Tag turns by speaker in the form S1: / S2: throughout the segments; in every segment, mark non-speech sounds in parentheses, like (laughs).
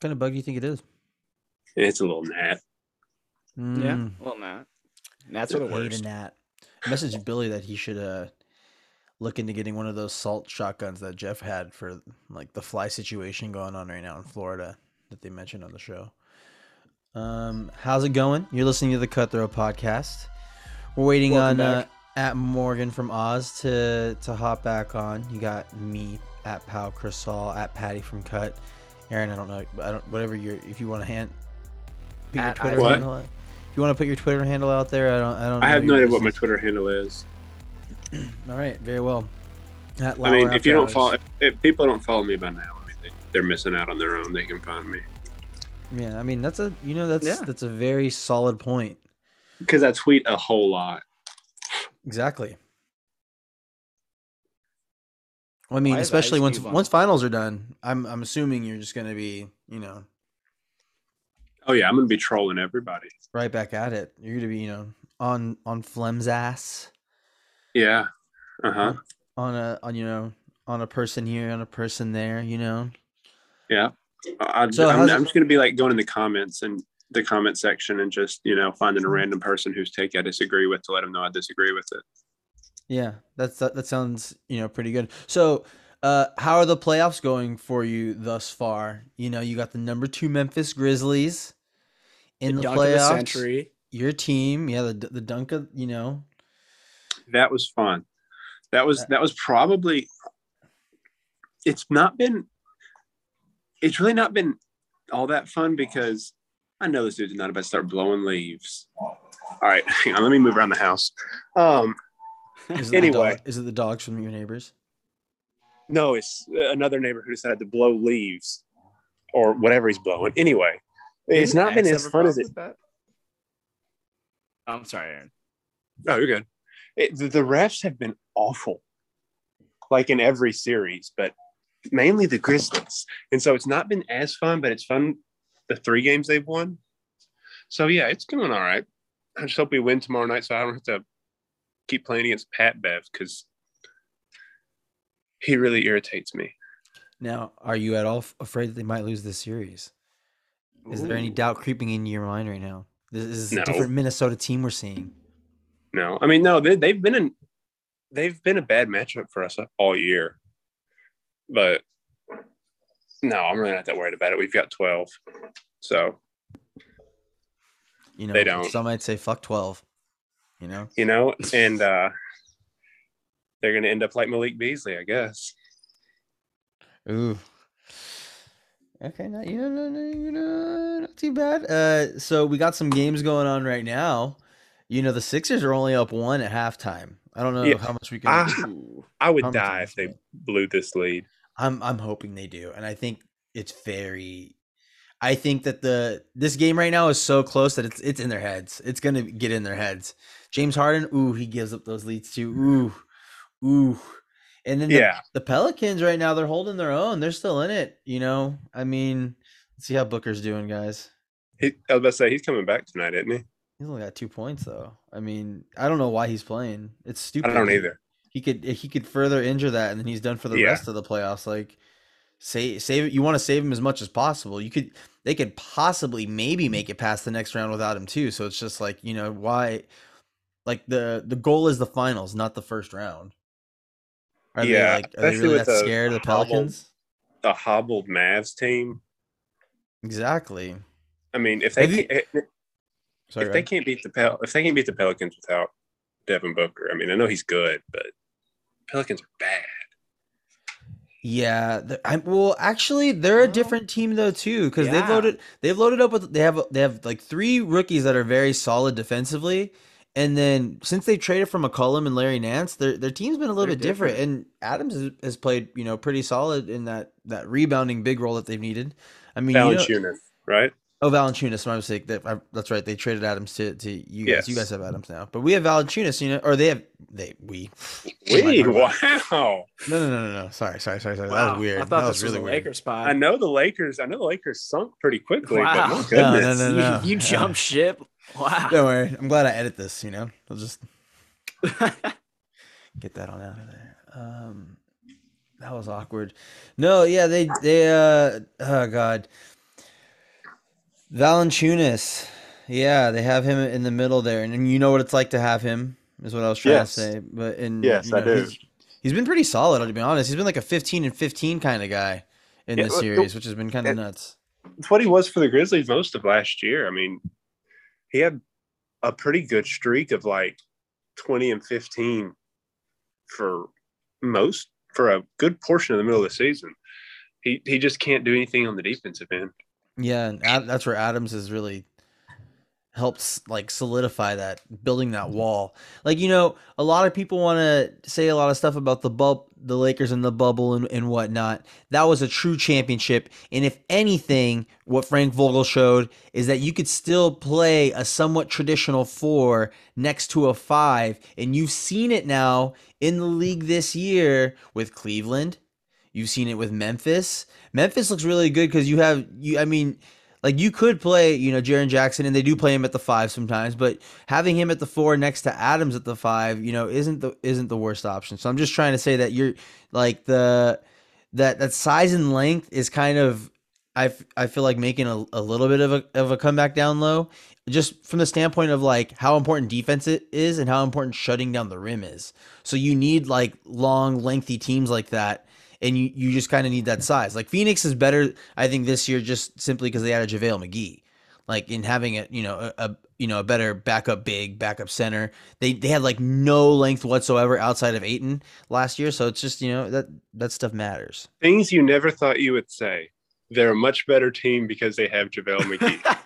S1: kind of bug do you think it is?
S2: It's a little gnat.
S1: Mm,
S3: Yeah. Well, not. That's what it
S1: hate a
S3: works.
S1: gnat. Message Billy that he should uh look into getting one of those salt shotguns that Jeff had for like the fly situation going on right now in Florida that they mentioned on the show. Um, how's it going? You're listening to the Cutthroat Podcast. We're waiting
S3: Welcome
S1: on uh,
S3: back.
S1: at Morgan from Oz to to hop back on. You got me at Pal Crisol at Patty from Cut. Aaron, I don't know. I don't. Whatever your if you want to hand put your
S3: At
S1: Twitter
S2: What?
S1: handle. Out, if you want to put your Twitter handle out there, I don't. I don't.
S2: I have
S1: know
S2: no
S1: your
S2: idea what my
S1: business.
S2: Twitter handle is.
S1: All right, very well. At
S2: I mean,
S1: Lauer
S2: if you don't
S1: After
S2: follow,
S1: Hours.
S2: if, if people don't follow me by now, I mean, they, they're missing out on their own. They can find me
S1: yeah, I mean that's a you know that's
S3: Yeah.
S1: that's a very solid point.
S2: because I tweet a whole lot.
S1: Exactly. Well, I mean,
S3: Why is
S1: especially
S3: Ice
S1: once
S3: Cube on?
S1: once finals are done, I'm I'm assuming you're just gonna be you know
S2: Oh yeah, I'm gonna be trolling everybody.
S1: right back at it. You're gonna be you know on on Flem's ass
S2: Yeah. Uh huh.
S1: on a on you know on a person here on a person there. You know,
S2: Yeah. I,
S1: So
S2: I'm,
S1: how's-
S2: I'm just gonna be like going in the comments and the comment section and just you know finding a random person whose take I disagree with to let them know I disagree with it.
S1: yeah, that's that, that sounds you know pretty good. So. Uh, how are the playoffs going for you thus far? You know, you got the number two Memphis Grizzlies in the
S3: Dunk of the
S1: playoffs.
S3: century.
S1: Your team, yeah, the the dunk of you know,
S2: That was fun. That was that was probably. It's not been. It's really not been all that fun because I know this dude's not about to start blowing leaves. All right, (laughs) hang on. Let me move around the house. Um,
S1: Is it
S2: Anyway.
S1: the dog, is it the dogs from your neighbors?
S2: No, it's another neighbor who decided to blow leaves or whatever he's blowing. Anyway, it's not been
S3: Axe
S2: as
S3: ever
S2: fun as
S3: problem
S2: it.
S3: with that? I'm sorry, Aaron.
S2: Oh, you're good. It, the, the refs have been awful, like in every series, but mainly the Grizzlies. And so it's not been as fun, but it's fun the three games they've won. So yeah, it's going all right. I just hope we win tomorrow night so I don't have to keep playing against Pat Bev because he really irritates me.
S1: Now, are you at all f- afraid that they might lose this series? Is there any
S3: Ooh.
S1: doubt creeping into your mind right now? This is a
S2: No.
S1: different Minnesota team we're seeing.
S2: No, I mean no. They, they've been in, they've been a bad matchup for us all year. But no, I'm really not that worried about it. We've got 12, so
S1: You know,
S2: They don't.
S1: Some might say fuck twelve. You know,
S2: you know, and uh they're going to end up like Malik Beasley, I guess.
S1: ooh. Okay, not you know, no, no, you know, not too bad. Uh, so we got some games going on right now. You know, the Sixers are only up one at halftime. I don't know
S2: Yeah.
S1: how much we can.
S2: Ah.
S3: Ooh.
S2: I would
S1: Thompson
S2: die if
S1: is
S2: they
S1: good.
S2: blew this lead.
S1: I'm I'm hoping they do, and I think it's very. I think that the this game right now is so close that it's it's in their heads. It's gonna get in their heads. James Harden, ooh, he gives up those leads too. Ooh, ooh, and then the,
S2: Yeah.
S1: the Pelicans right now they're holding their own. They're still in it. You know, I mean, let's see how Booker's doing, guys.
S2: He, I was about to say he's coming back tonight, isn't he?
S1: He's only got two points though. I mean, I don't know why he's playing. It's
S2: I
S1: stupid.
S2: don't either.
S1: he could he could further injure that and then he's done for the
S2: Yeah.
S1: rest of the playoffs like save save it you want to save him as much as possible you could they could possibly maybe make it past the next round without him too so it's just like you know why like the the goal is the finals not the first round are they
S2: Yeah,
S1: like are they
S2: especially
S1: really
S2: with
S1: that
S2: the
S1: scared of the
S2: hobbled-
S1: pelicans
S2: The hobbled Mavs team.
S1: exactly
S2: I mean, if they
S1: Have you-
S2: can't-
S1: sorry
S2: if they
S1: Ryan.
S2: can't beat the Pel- if they can't beat the Pelicans without Devin Booker, I mean, I know he's good, but Pelicans are bad.
S1: Yeah, the- I, well, actually, they're a
S3: Well,
S1: different team though too because they've
S3: yeah.
S1: loaded they've loaded up with they have they have like three rookies that are very solid defensively, and then since they traded from McCollum and Larry Nance, their their team's been a little
S3: They're
S1: bit different. And Adams has, has played you know pretty solid in that that rebounding big role that they've needed. I mean, you know,
S2: Valanciunas, right?
S1: oh Valanciunas, my mistake. That I, that's right. They traded Adams to to you guys. You
S2: Yes.
S1: guys have Adams now, but we have Valanciunas. You know, or they have they we.
S2: We
S1: no,
S2: wow.
S1: no, no, no, no. Sorry, sorry, sorry, sorry. That
S3: Wow,
S1: was weird.
S3: I thought
S1: that was
S3: this
S1: really
S3: was a
S1: weird.
S3: Laker
S1: (laughs)
S3: spot.
S2: I know the Lakers. I know the Lakers sunk pretty quickly, but my
S3: Wow.
S1: (laughs)
S2: goodness,
S1: No, no, no, no.
S3: You, you jump ship. Wow.
S1: Don't worry. I'm glad I edit this, you know. I'll just
S2: (laughs)
S1: get that on out of there. Um that was awkward. No, yeah, they they uh oh god. Valanchunas. Yeah, they have him in the middle there, and, and you know what it's like to have him is what I was trying
S2: Yes.
S1: to say. But in
S2: Yes,
S1: you
S2: I do.
S1: he's- he's been pretty solid. To be honest, he's been like a fifteen and fifteen kind of guy in
S2: Yeah,
S1: this
S2: well,
S1: series, which has been kind
S2: it-
S1: of nuts.
S2: It's what he was for the Grizzlies most of last year. I mean, he had a pretty good streak of like 20 and 15 for most, for a good portion of the middle of the season. He, he just can't do anything on the defensive end.
S1: Yeah, and Ad, that's where Adams has really helped s- like solidify that building that wall. Like you know, a lot of people want to say a lot of stuff about the bub, the Lakers and the bubble and, and whatnot. That was a true championship, and if anything, what Frank Vogel showed is that you could still play a somewhat traditional four next to a five, and you've seen it now in the league this year with Cleveland. You've seen it with Memphis. Memphis looks really good because you have you. I mean, like you could play, you know, Jaron Jackson, and they do play him at the five sometimes. But having him at the four next to Adams at the five, you know, isn't the isn't the worst option. So I'm just trying to say that you're like the that that size and length is kind of I, f- I feel like making a, a little bit of a of a comeback down low, just from the standpoint of like how important defense it is and how important shutting down the rim is. So you need like long, lengthy teams like that and you, you just kind of need that size. Like Phoenix is better, I think, this year just simply because they added JaVale McGee. Like in having a you know a, a you know a better backup big, backup center. They they had like no length whatsoever outside of Aiton last year. So it's just, you know, that that stuff matters.
S2: Things you never thought you would say. They're a much better team because they have JaVale McGee.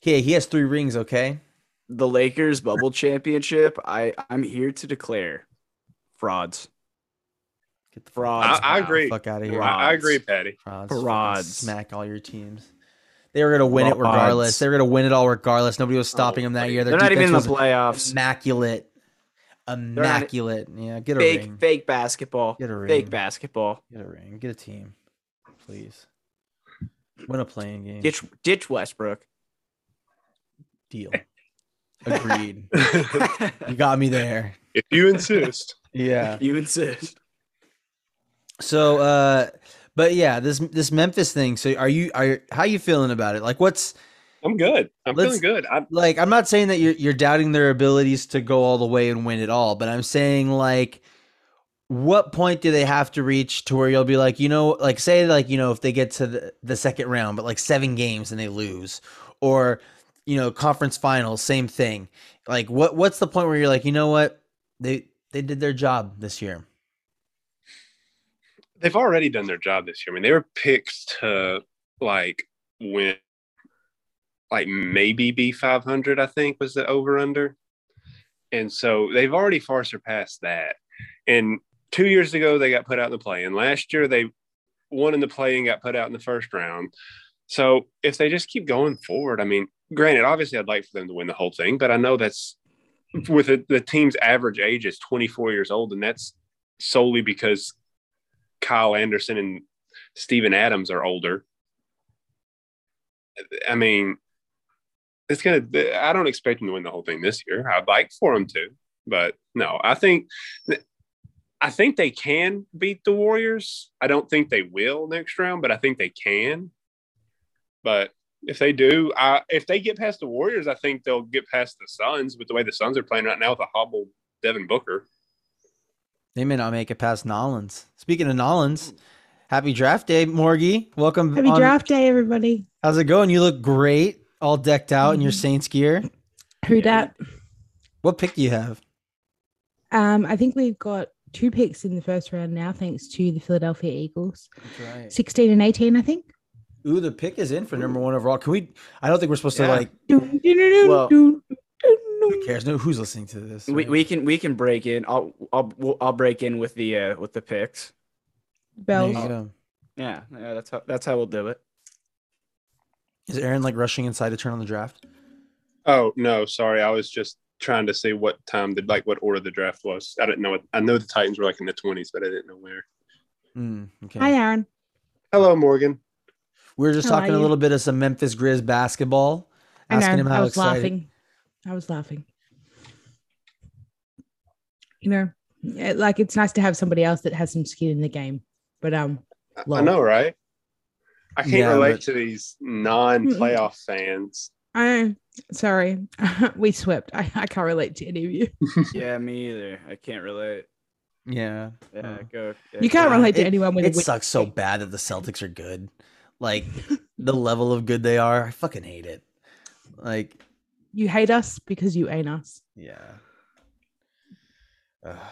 S1: Hey, he has three rings, okay?
S3: The Lakers bubble championship. I I'm here to declare frauds.
S1: Get the
S3: Frauds.
S2: I- I
S3: now.
S2: agree.
S1: fuck out of here.
S2: I, I agree, Patty. (laughs)
S1: Frauds.
S3: Frauds.
S1: Smack all your teams. They were gonna win it
S3: Frauds. Oh,
S1: regardless. They were gonna win it all regardless. Nobody was stopping them that year. Their
S3: They're not even in the
S1: defense was
S3: playoffs.
S1: immaculate,
S3: not-
S1: immaculate. Yeah, get a
S3: Fake
S1: ring.
S3: fake basketball.
S1: Get a ring.
S3: Fake basketball.
S1: Get a ring. Get a team, please. Win a playing game.
S3: Ditch ditch Westbrook.
S1: (laughs)
S3: (laughs)
S1: Deal. Agreed. you got me there.
S2: if you insist.
S1: Yeah.
S3: you insist.
S1: So, uh, but yeah, this this Memphis thing. So, are you are how you feeling about it? Like, what's
S2: I'm good. I'm
S1: Let's-
S2: feeling good. I,
S1: like I'm not saying that you're you're doubting their abilities to go all the way and win it all, but I'm saying like what point do they have to reach to where you'll be like, you know, like say like, you know, if they get to the, the second round, but like seven games and they lose or you know, conference finals, same thing. Like what what's the point where you're like, you know what? They they did their job this year.
S2: they've already done their job this year. I mean, they were picked to like win, like maybe be 500. I think was the over under, and so they've already far surpassed that. And two years ago, they got put out in the play, and last year they won in the play and got put out in the first round. So if they just keep going forward, I mean, granted, obviously, I'd like for them to win the whole thing, but I know that's with the the team's average age is 24 years old, and that's solely because Kyle Anderson and Steven Adams are older. I mean, it's gonna. I don't expect him to win the whole thing this year. I'd like for him to, but no. I think, I think they can beat the Warriors. I don't think they will next round, but I think they can. But if they do, I, if they get past the Warriors, I think they'll get past the Suns. With the way the Suns are playing right now with a hobbled Devin Booker,
S1: They may not make it past Nollins. Speaking of Nollins, happy draft day, Morgie. Welcome
S4: Happy
S1: on-
S4: draft day, everybody.
S1: How's it going? You look great, all decked out in your
S4: Mhm.
S3: Mm-hmm.
S1: Saints gear.
S4: Who dat?
S1: What pick do you have?
S4: Um, I think we've got two picks in the first round now, thanks to the Philadelphia Eagles,
S1: That's right.
S4: 16 and 18, I think.
S1: Ooh, the pick is in for number one overall. Can we? I don't think we're supposed
S3: Yeah.
S1: to like.
S4: Dun, dun, dun,
S3: Well-
S4: dun, dun, dun.
S1: Who cares? No, who's listening to this?
S3: We,
S1: right?
S3: we can we can break in. I'll I'll we'll, I'll break in with the uh, with the picks.
S1: There you
S4: Bells.
S1: go.
S3: Yeah, yeah, that's how that's how we'll do it.
S1: Is Aaron like rushing inside to turn on the draft?
S2: Oh no, sorry. I was just trying to see what time did like what order the draft was. I didn't know it. I know the Titans were like in the twenties, but I didn't know where.
S1: Mm, okay.
S4: Hi, Aaron.
S2: Hello, Morgan.
S1: we were just
S4: How are
S1: talking a
S4: you?
S1: little bit of some Memphis Grizz basketball.
S4: I
S1: Asking
S4: know.
S1: him
S4: I
S1: how
S4: was
S1: excited.
S4: laughing. I was laughing. You know, it- like it's nice to have somebody else that has some skin in the game. But um,
S2: I- I
S4: Lol.
S2: know, right? I can't
S1: Yeah,
S2: relate
S1: but-
S2: to these non-playoff fans.
S4: I sorry, (laughs) we swept. I, I can't relate to any of you.
S3: yeah, me either. I can't relate.
S1: Yeah.
S3: Yeah,
S1: Uh,
S3: go. yeah,
S4: You can't
S1: God,
S4: relate to
S1: it-
S4: anyone with a
S1: It
S4: win.
S1: sucks so bad that the Celtics are good. Like the level of good they are, I fucking hate it. Like,
S4: You hate us because you ain't us.
S1: yeah.
S2: Yeah,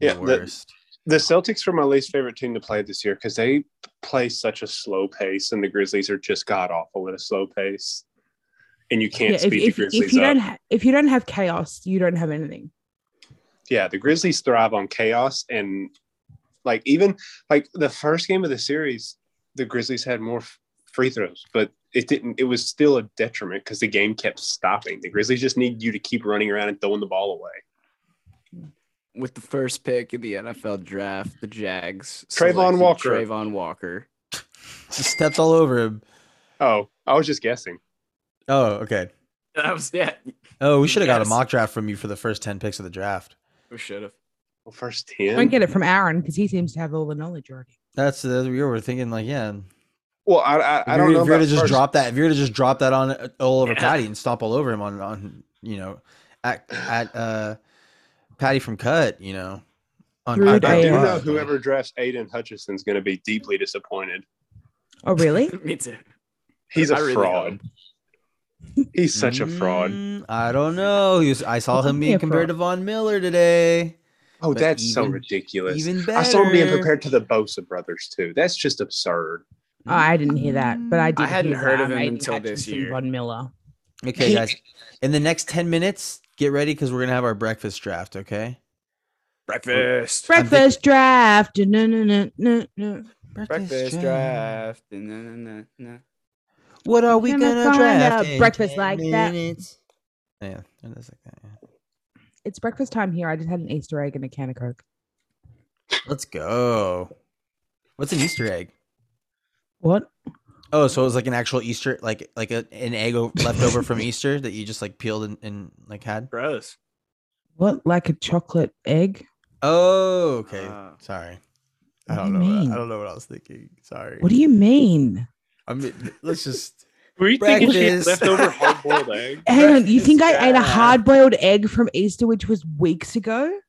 S1: yeah,
S2: the-
S1: worst.
S2: The Celtics were my least favorite team to play this year because they play such a slow pace, and the Grizzlies are just god awful at a slow pace. And you can't
S4: if,
S2: speed
S4: if,
S2: the Grizzlies
S4: if you
S2: up.
S4: don't ha- if you don't have chaos, you don't have anything.
S2: yeah, the Grizzlies thrive on chaos and like even like the first game of the series, the Grizzlies had more f- free throws, but it didn't. It was still a detriment because the game kept stopping. The Grizzlies just need you to keep running around and throwing the ball away.
S3: With the first pick in the NFL draft, the Jags.
S2: Trayvon
S3: selected
S2: Walker.
S3: Trayvon Walker.
S1: Just stepped all over him.
S2: Oh, I was just guessing.
S1: Oh, okay.
S3: That was yeah.
S1: Oh, we should have got a
S3: Yes.
S1: mock draft from you for the first 10 picks of the draft.
S3: We should have.
S2: Well, first
S4: Don't
S2: ten.
S4: get it from Aaron because he seems to have all the knowledge already.
S1: That's, that's we were thinking like, yeah.
S2: well, I I, I
S1: If you
S2: don't
S1: were-
S2: know.
S1: If you were
S2: About
S1: to just
S2: first.
S1: drop that, if you were to just drop that on uh, all over
S3: Yeah.
S1: Patty and stomp all over him on, on you know, at, at uh, Patty from Cut, you know, on
S4: Rude
S1: Cut
S2: I do
S4: AF.
S1: Podcast.
S2: know whoever drafts Aiden Hutchison's going to be deeply disappointed.
S4: Oh really?
S3: (laughs) Me too.
S2: He's a
S3: I really
S2: fraud. He's such a fraud.
S1: Mm, I don't know. He was, I saw him
S4: Definitely
S1: being
S4: a
S1: compared
S4: fraud.
S1: to Von Miller today.
S2: Oh,
S1: But
S2: that's so
S1: even-
S2: ridiculous.
S1: Even better.
S2: I saw him being compared to the Bosa brothers too. That's just absurd.
S4: Oh, I didn't hear that, but I did.
S3: hadn't
S4: hear
S3: heard of
S4: that.
S3: him
S4: Aiden
S3: until this
S4: Hutchinson,
S3: year.
S4: Von Miller.
S1: Mm. Okay, guys. In the next 10 minutes, get ready because we're going to have our breakfast draft, okay?
S3: Breakfast.
S1: think-
S4: Breakfast draft. No, no, no, no, no.
S3: Breakfast draft. And then,
S1: What are we
S4: Gonna
S1: going to
S4: find
S1: draft?
S4: a
S1: in
S4: breakfast
S1: 10
S4: like that.
S1: minutes? Yeah, it is like that. Yeah.
S4: It's breakfast time here. I just had an Easter egg and a can of Coke.
S1: Let's go. What's an Easter egg?
S4: What?
S1: Oh, so it was like an actual Easter, like like a, an egg o- left over
S4: (laughs)
S1: from Easter that you just like peeled and, and like had.
S3: Gross.
S4: What? Like a chocolate egg?
S1: Oh, okay.
S3: Ah.
S1: Sorry. I
S4: What
S1: don't
S4: do
S1: know.
S4: you
S1: what-
S4: mean?
S1: I don't know what I was thinking. Sorry.
S4: What do you mean?
S1: I mean, let's just.
S2: Were you
S1: thinking she had Breakfast. leftover
S2: hard-boiled egg?
S4: Hang on. You
S3: Breakfast
S4: think I ate a
S3: draft.
S4: hard boiled egg from Easter, which was weeks ago?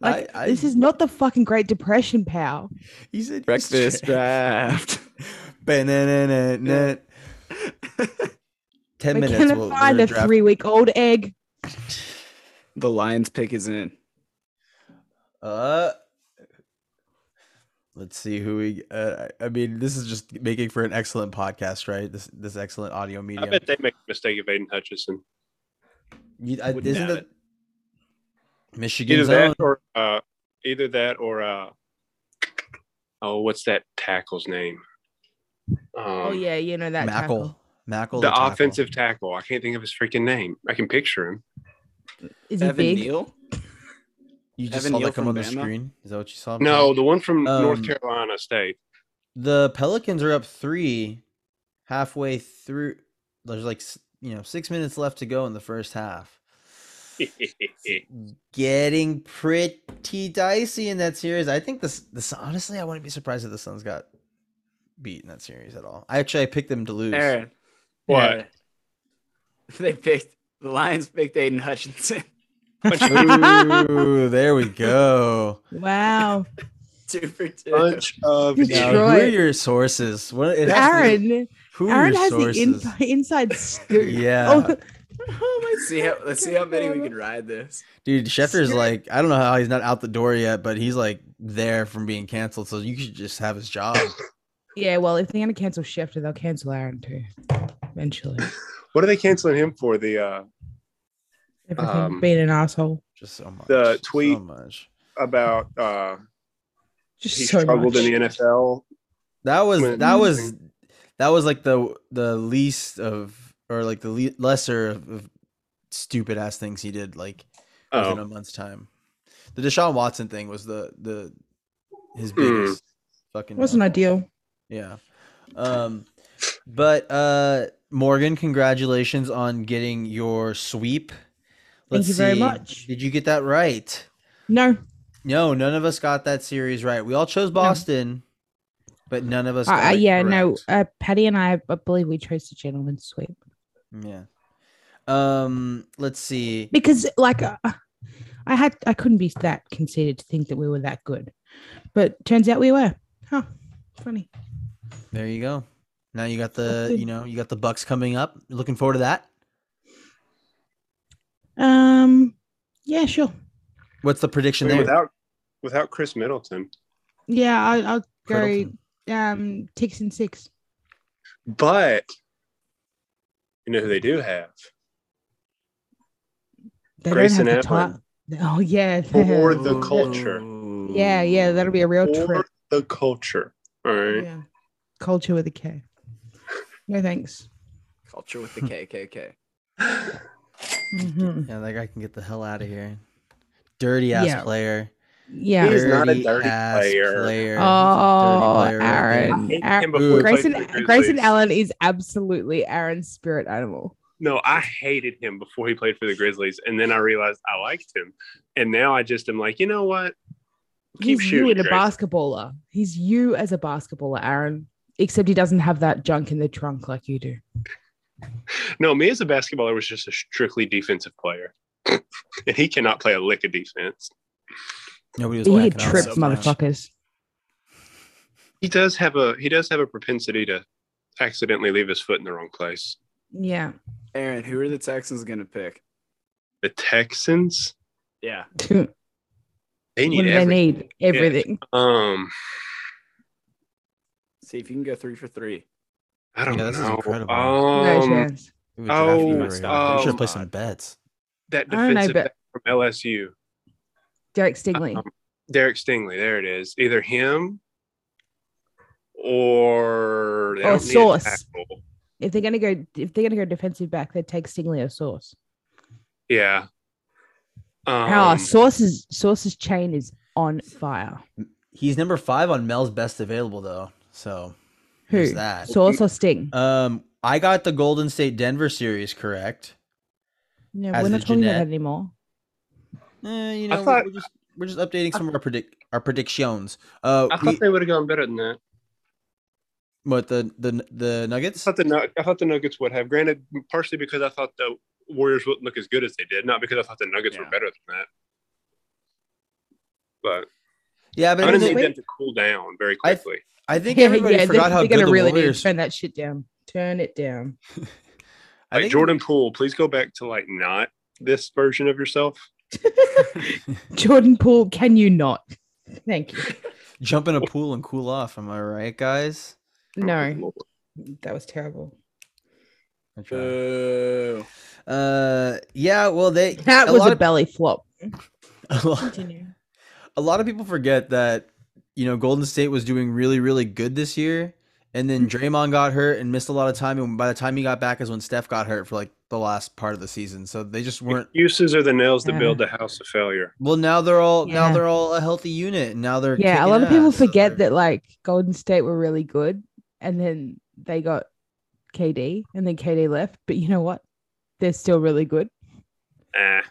S4: Like,
S1: I, I,
S4: this is not the fucking Great Depression, pal.
S1: you said
S3: Breakfast draft.
S1: (laughs)
S4: (laughs)
S1: Banana. Ten
S4: We're
S1: minutes.
S4: gonna
S1: We'll,
S4: find
S1: we'll
S4: a
S1: draft.
S4: three week old egg.
S3: the Lions pick is in.
S1: Uh, let's see who we. Uh, I I mean, this is just making for an excellent podcast, right? This this excellent audio
S2: I
S1: medium.
S2: bet they make the mistake of Aiden Hutchison.
S1: You- I-
S3: Wouldn't
S1: isn't
S3: doubt
S1: that
S2: Either
S1: Michigan's own?
S2: that or uh, either that or uh, oh, what's that tackle's name? Um,
S4: Oh, yeah. You know that.
S1: Mackle.
S4: tackle.
S1: Mackle.
S2: the
S1: tackle.
S2: offensive tackle. I can't think of his freaking name. I can picture him.
S4: Is he
S3: Evan
S4: big?
S3: Neal?
S1: You just
S3: Evan
S1: saw
S3: Neal
S1: that come
S3: from
S1: on the
S3: Bama?
S1: screen. Is that what you saw?
S2: No, the one from North
S1: Um,
S2: Carolina State. (laughs)
S1: the Pelicans are up three, halfway through. There's like s- you know six minutes left to go in the first
S2: (laughs)
S1: half. Getting pretty dicey in that series. I think this. This honestly, I wouldn't be surprised if the Suns got beat in that series at all. I actually I picked them to lose.
S3: Aaron.
S2: What?
S3: Aaron. (laughs) They picked the Lions picked Aiden Hutchinson. (laughs)
S1: (laughs) Ooh, there we
S4: (laughs)
S1: go.
S4: Wow.
S3: two for two.
S2: Bunch of
S1: Now, who are
S4: Detroit.
S1: your sources? What (laughs) it has to be-
S4: Aaron.
S1: Who are
S4: Aaron
S1: your
S4: has
S1: sources?
S4: the in- inside scoop.
S1: Yeah,
S4: (laughs) Oh, oh my
S3: Let's see how let's see how many we can ride this.
S1: dude, Schefter's
S4: shit.
S1: like I don't know how he's not out the door yet, but he's like there from being canceled. So you should just have his
S2: (laughs)
S1: job.
S4: Yeah, well, if they're gonna cancel Schefter, they'll cancel Aaron too. Eventually. (laughs)
S2: What are they canceling him for? The uh,
S4: Everything
S2: Um,
S4: being an asshole.
S1: Just so much.
S2: The tweet-
S1: So much.
S2: about uh,
S4: Just
S2: he
S4: so
S2: struggled
S4: much.
S2: in the NFL.
S1: That was
S2: When-
S1: that was that was like the the least of or like the le- lesser of, of stupid ass things he did like within
S2: Oh,
S1: a month's time. The Deshaun Watson thing was the the his
S2: Hmm.
S1: biggest fucking
S4: Wasn't ideal.
S1: Yeah. Um but uh Morgan, congratulations on getting your sweep.
S4: Thank you very much.
S1: Did you get that right?
S4: No,
S1: No, none of us got that series right. We all chose Boston. But none of us. got
S4: Uh,
S1: it
S4: yeah, no.
S1: correct.
S4: Uh, Patty and I, I believe we chose the gentleman sweep
S1: Yeah. Um. Let's see.
S4: because, like, uh, I had I couldn't be that conceited to think that we were that good, but turns out we were. Huh? Funny.
S1: There you go. Now you got the
S4: Okay.
S1: you know you got the Bucks coming up. Looking forward to that.
S4: Um. Yeah. Sure.
S1: What's the prediction there?
S2: without without Chris Middleton.
S4: Yeah. I, I'll go.
S1: Curdleton.
S4: Um. Texan six.
S2: But you know who they do have?
S4: They
S2: Grayson
S4: don't have
S2: Allen.
S4: the time. (laughs)
S2: (laughs)
S4: Oh yeah.
S2: Or the
S4: Ooh.
S2: culture.
S4: (laughs) Yeah, yeah, that'll be a real
S2: Or
S4: trip.
S2: the culture. All right.
S4: Yeah. Culture with a K. No thanks.
S3: culture with the KKK.
S4: Mhm. Mm-hmm.
S1: Yeah, that guy can get the hell out of here. Dirty ass
S4: Yeah.
S1: player.
S4: Yeah.
S2: He's not a
S1: Dirty
S2: dirty
S1: ass
S2: player.
S1: player. He's a dirty
S4: Oh,
S1: player right there.
S4: Aaron.
S2: I hate
S4: Ar-
S2: him before he played
S4: Grayson,
S2: for the Grizzlies.
S4: Grayson Allen is absolutely Aaron's spirit animal.
S2: No, I hated him before he played for the Grizzlies, and then I realized I liked him, and now I just am like, you know what? Keep
S4: He's you
S2: shooting.
S4: in a
S2: Grayson.
S4: basketballer. He's you as a basketballer, Aaron. Except he doesn't have that junk in the trunk like you do.
S2: No, me as a basketballer was just a strictly defensive player, (laughs) and he cannot play a lick of defense.
S1: Nobody was
S4: He
S1: whacking out
S4: trips
S1: so much.
S4: motherfuckers.
S2: He does have a he does have a propensity to accidentally leave his foot in the wrong place.
S4: (laughs) Yeah.
S3: Aaron, who are the Texans gonna pick?
S2: The Texans,
S3: Yeah.
S4: what
S2: they
S4: do
S2: need
S4: they
S2: everything.
S4: need? Everything.
S2: Um,
S3: See if you can go three for three.
S2: I don't
S1: Yeah, this is
S2: know.
S1: incredible.
S4: No
S2: Um,
S4: chance.
S1: We were drafting
S2: Oh,
S1: him right now. we
S2: um,
S1: should play some bets.
S2: that
S4: I don't know,
S2: defensive
S4: but-
S2: back from LSU,
S4: Derek Stingley.
S2: um, Derek Stingley. There it is. Either him or they
S4: Or
S2: don't need a
S4: Sauce.
S2: tackle.
S4: if they're gonna go if they're gonna go defensive back, they'd take Stingley or Sauce.
S2: Yeah.
S4: Ah,
S2: Um,
S4: Sauce's Sauce's chain is on fire.
S1: He's number five on Mel's best available though. So
S4: Who?
S1: there's that?
S4: Sauce or Sting?
S1: Um, I got the Golden State Denver series correct.
S4: no,
S1: as
S4: we're not
S1: the
S4: talking about
S1: Jeanette.
S4: that (laughs) anymore.
S1: Eh, you know, we're-
S2: thought-
S1: we're, just, we're just updating some of our predict our predictions. Uh,
S2: I thought
S1: we,
S2: they would have gone better than that.
S1: what the the the
S2: I
S1: Nuggets?
S2: thought the Nug- I thought the Nuggets would have. Granted, partially because I thought the Warriors wouldn't look as good as they did, not because I thought the Nuggets
S3: Yeah.
S2: were better than that. But
S1: Yeah, but
S2: I'm
S1: I,
S2: gonna
S1: mean,
S2: need
S1: they-
S2: them to cool down very
S1: I-
S2: quickly.
S1: I think
S4: Yeah,
S1: everybody
S4: yeah,
S1: forgot
S4: they're,
S1: how
S4: they're
S1: good
S4: gonna
S1: the
S4: really need
S1: Warriors.
S4: to turn that shit down. Turn it down. (laughs)
S1: I
S2: like
S1: think-
S2: Jordan Poole, please go back to like not this version of yourself.
S4: Jordan Poole, can you not? (laughs) Thank you.
S1: jump in a pool and cool off. Am I right, guys?
S4: No, that was terrible.
S1: I tried.
S3: Boo.
S1: Uh, yeah. Well, they
S4: That
S1: a
S4: was
S1: lot
S4: a
S1: of-
S4: belly flop.
S1: a lot,
S4: Continue.
S1: (laughs) a lot of people forget that you know Golden State was doing really really good this year, and then
S4: Mm-hmm.
S1: Draymond got hurt and missed a lot of time, and by the time he got back is when Steph got hurt for like the last part of the season. So they just weren't.
S2: Excuses are the nails that
S4: Yeah.
S2: build the house of failure.
S1: Well, now they're all now
S4: Yeah.
S1: they're all a healthy unit. and Now they're
S4: Yeah, a
S1: kicking
S4: lot of people
S1: ass, so
S4: forget
S1: they're-
S4: that like Golden State were really good, and then they got KD, and then KD left. But you know what? They're still really good. (laughs)
S2: Ah.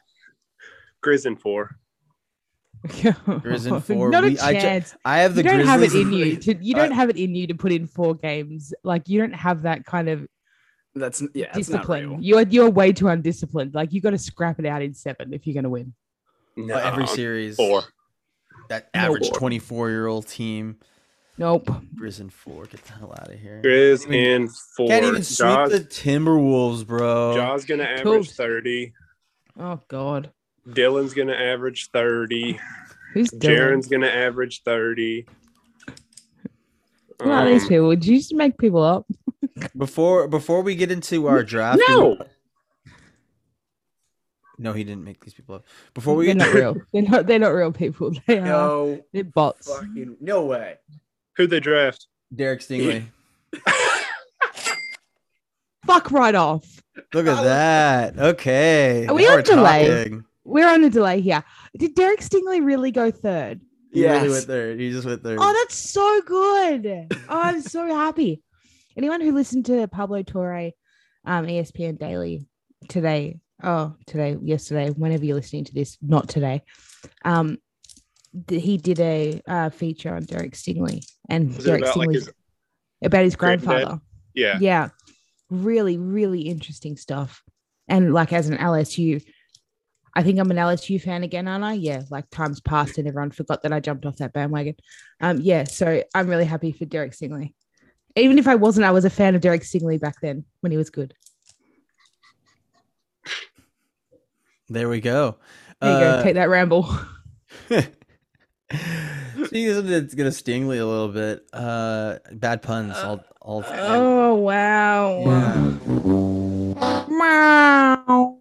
S2: Grizzin four.
S1: Grizz in four.
S4: Not a
S1: We- I ju-
S4: chance.
S1: I have the
S4: you don't have it
S1: Grizzlies
S4: in you. To, you
S1: I-
S4: don't have it in you to put in four games. Like you don't have that kind of
S3: That's yeah, that's not
S4: discipline.
S3: real.
S4: You're you're way too undisciplined. Like you got to scrap it out in seven if you're going to win.
S2: No,
S1: for every series.
S2: four.
S1: That
S4: No.
S1: average twenty four year old team.
S4: Nope.
S1: Grizzin four. Get the hell out of here.
S2: Grizz
S1: Can't even-
S2: in four.
S1: Can't even sweep
S2: Jaws,
S1: the Timberwolves, bro.
S2: Jaws gonna average
S4: Coach.
S2: thirty.
S4: Oh God.
S2: Dylan's gonna average thirty.
S4: Who's Dylan?
S2: Jaron's gonna average thirty.
S4: What about these
S2: Um,
S4: people? Did you just make people up?
S1: Before before we get into our draft, do we-
S2: no,
S1: no, he didn't make these people up. Before we
S4: they're
S1: get
S4: not
S1: into (laughs)
S4: real. They're not. They're not real people. They are.
S3: No
S4: They're bots.
S3: fucking no way.
S2: who'd they draft?
S1: Derek
S2: (laughs)
S1: Stingley,
S4: Fuck right off.
S1: look
S2: Oh.
S1: at that. Okay,
S4: Are we
S1: now
S4: on
S1: we're
S4: delay?
S1: talking.
S4: We're on a delay here. Did Derek Stingley really go third?
S1: He really
S3: Yes.
S1: went third. He just went third.
S4: Oh, that's so good. Oh, I'm so happy. Anyone who listened to Pablo Torre um, ESPN Daily today, oh, today, yesterday, whenever you're listening to this, not today, um, th- he did a uh, feature on Derek Stingley and
S2: Was it
S4: Derek
S2: about, like,
S4: Stingley's
S2: his
S4: about his
S2: granddad?
S4: grandfather.
S2: Yeah.
S4: yeah really really interesting stuff and like as an lsu i think i'm an lsu fan again aren't i yeah like times passed and everyone forgot that i jumped off that bandwagon um yeah so i'm really happy for derek stingley even if i wasn't i was a fan of derek stingley back then when he was good
S1: There we go.
S4: there you go take
S1: (laughs)
S4: that ramble (laughs)
S1: Uh, Speaking of something that's gonna sting me a little bit, uh, bad puns all all.
S4: oh wow
S1: Yeah.
S4: wow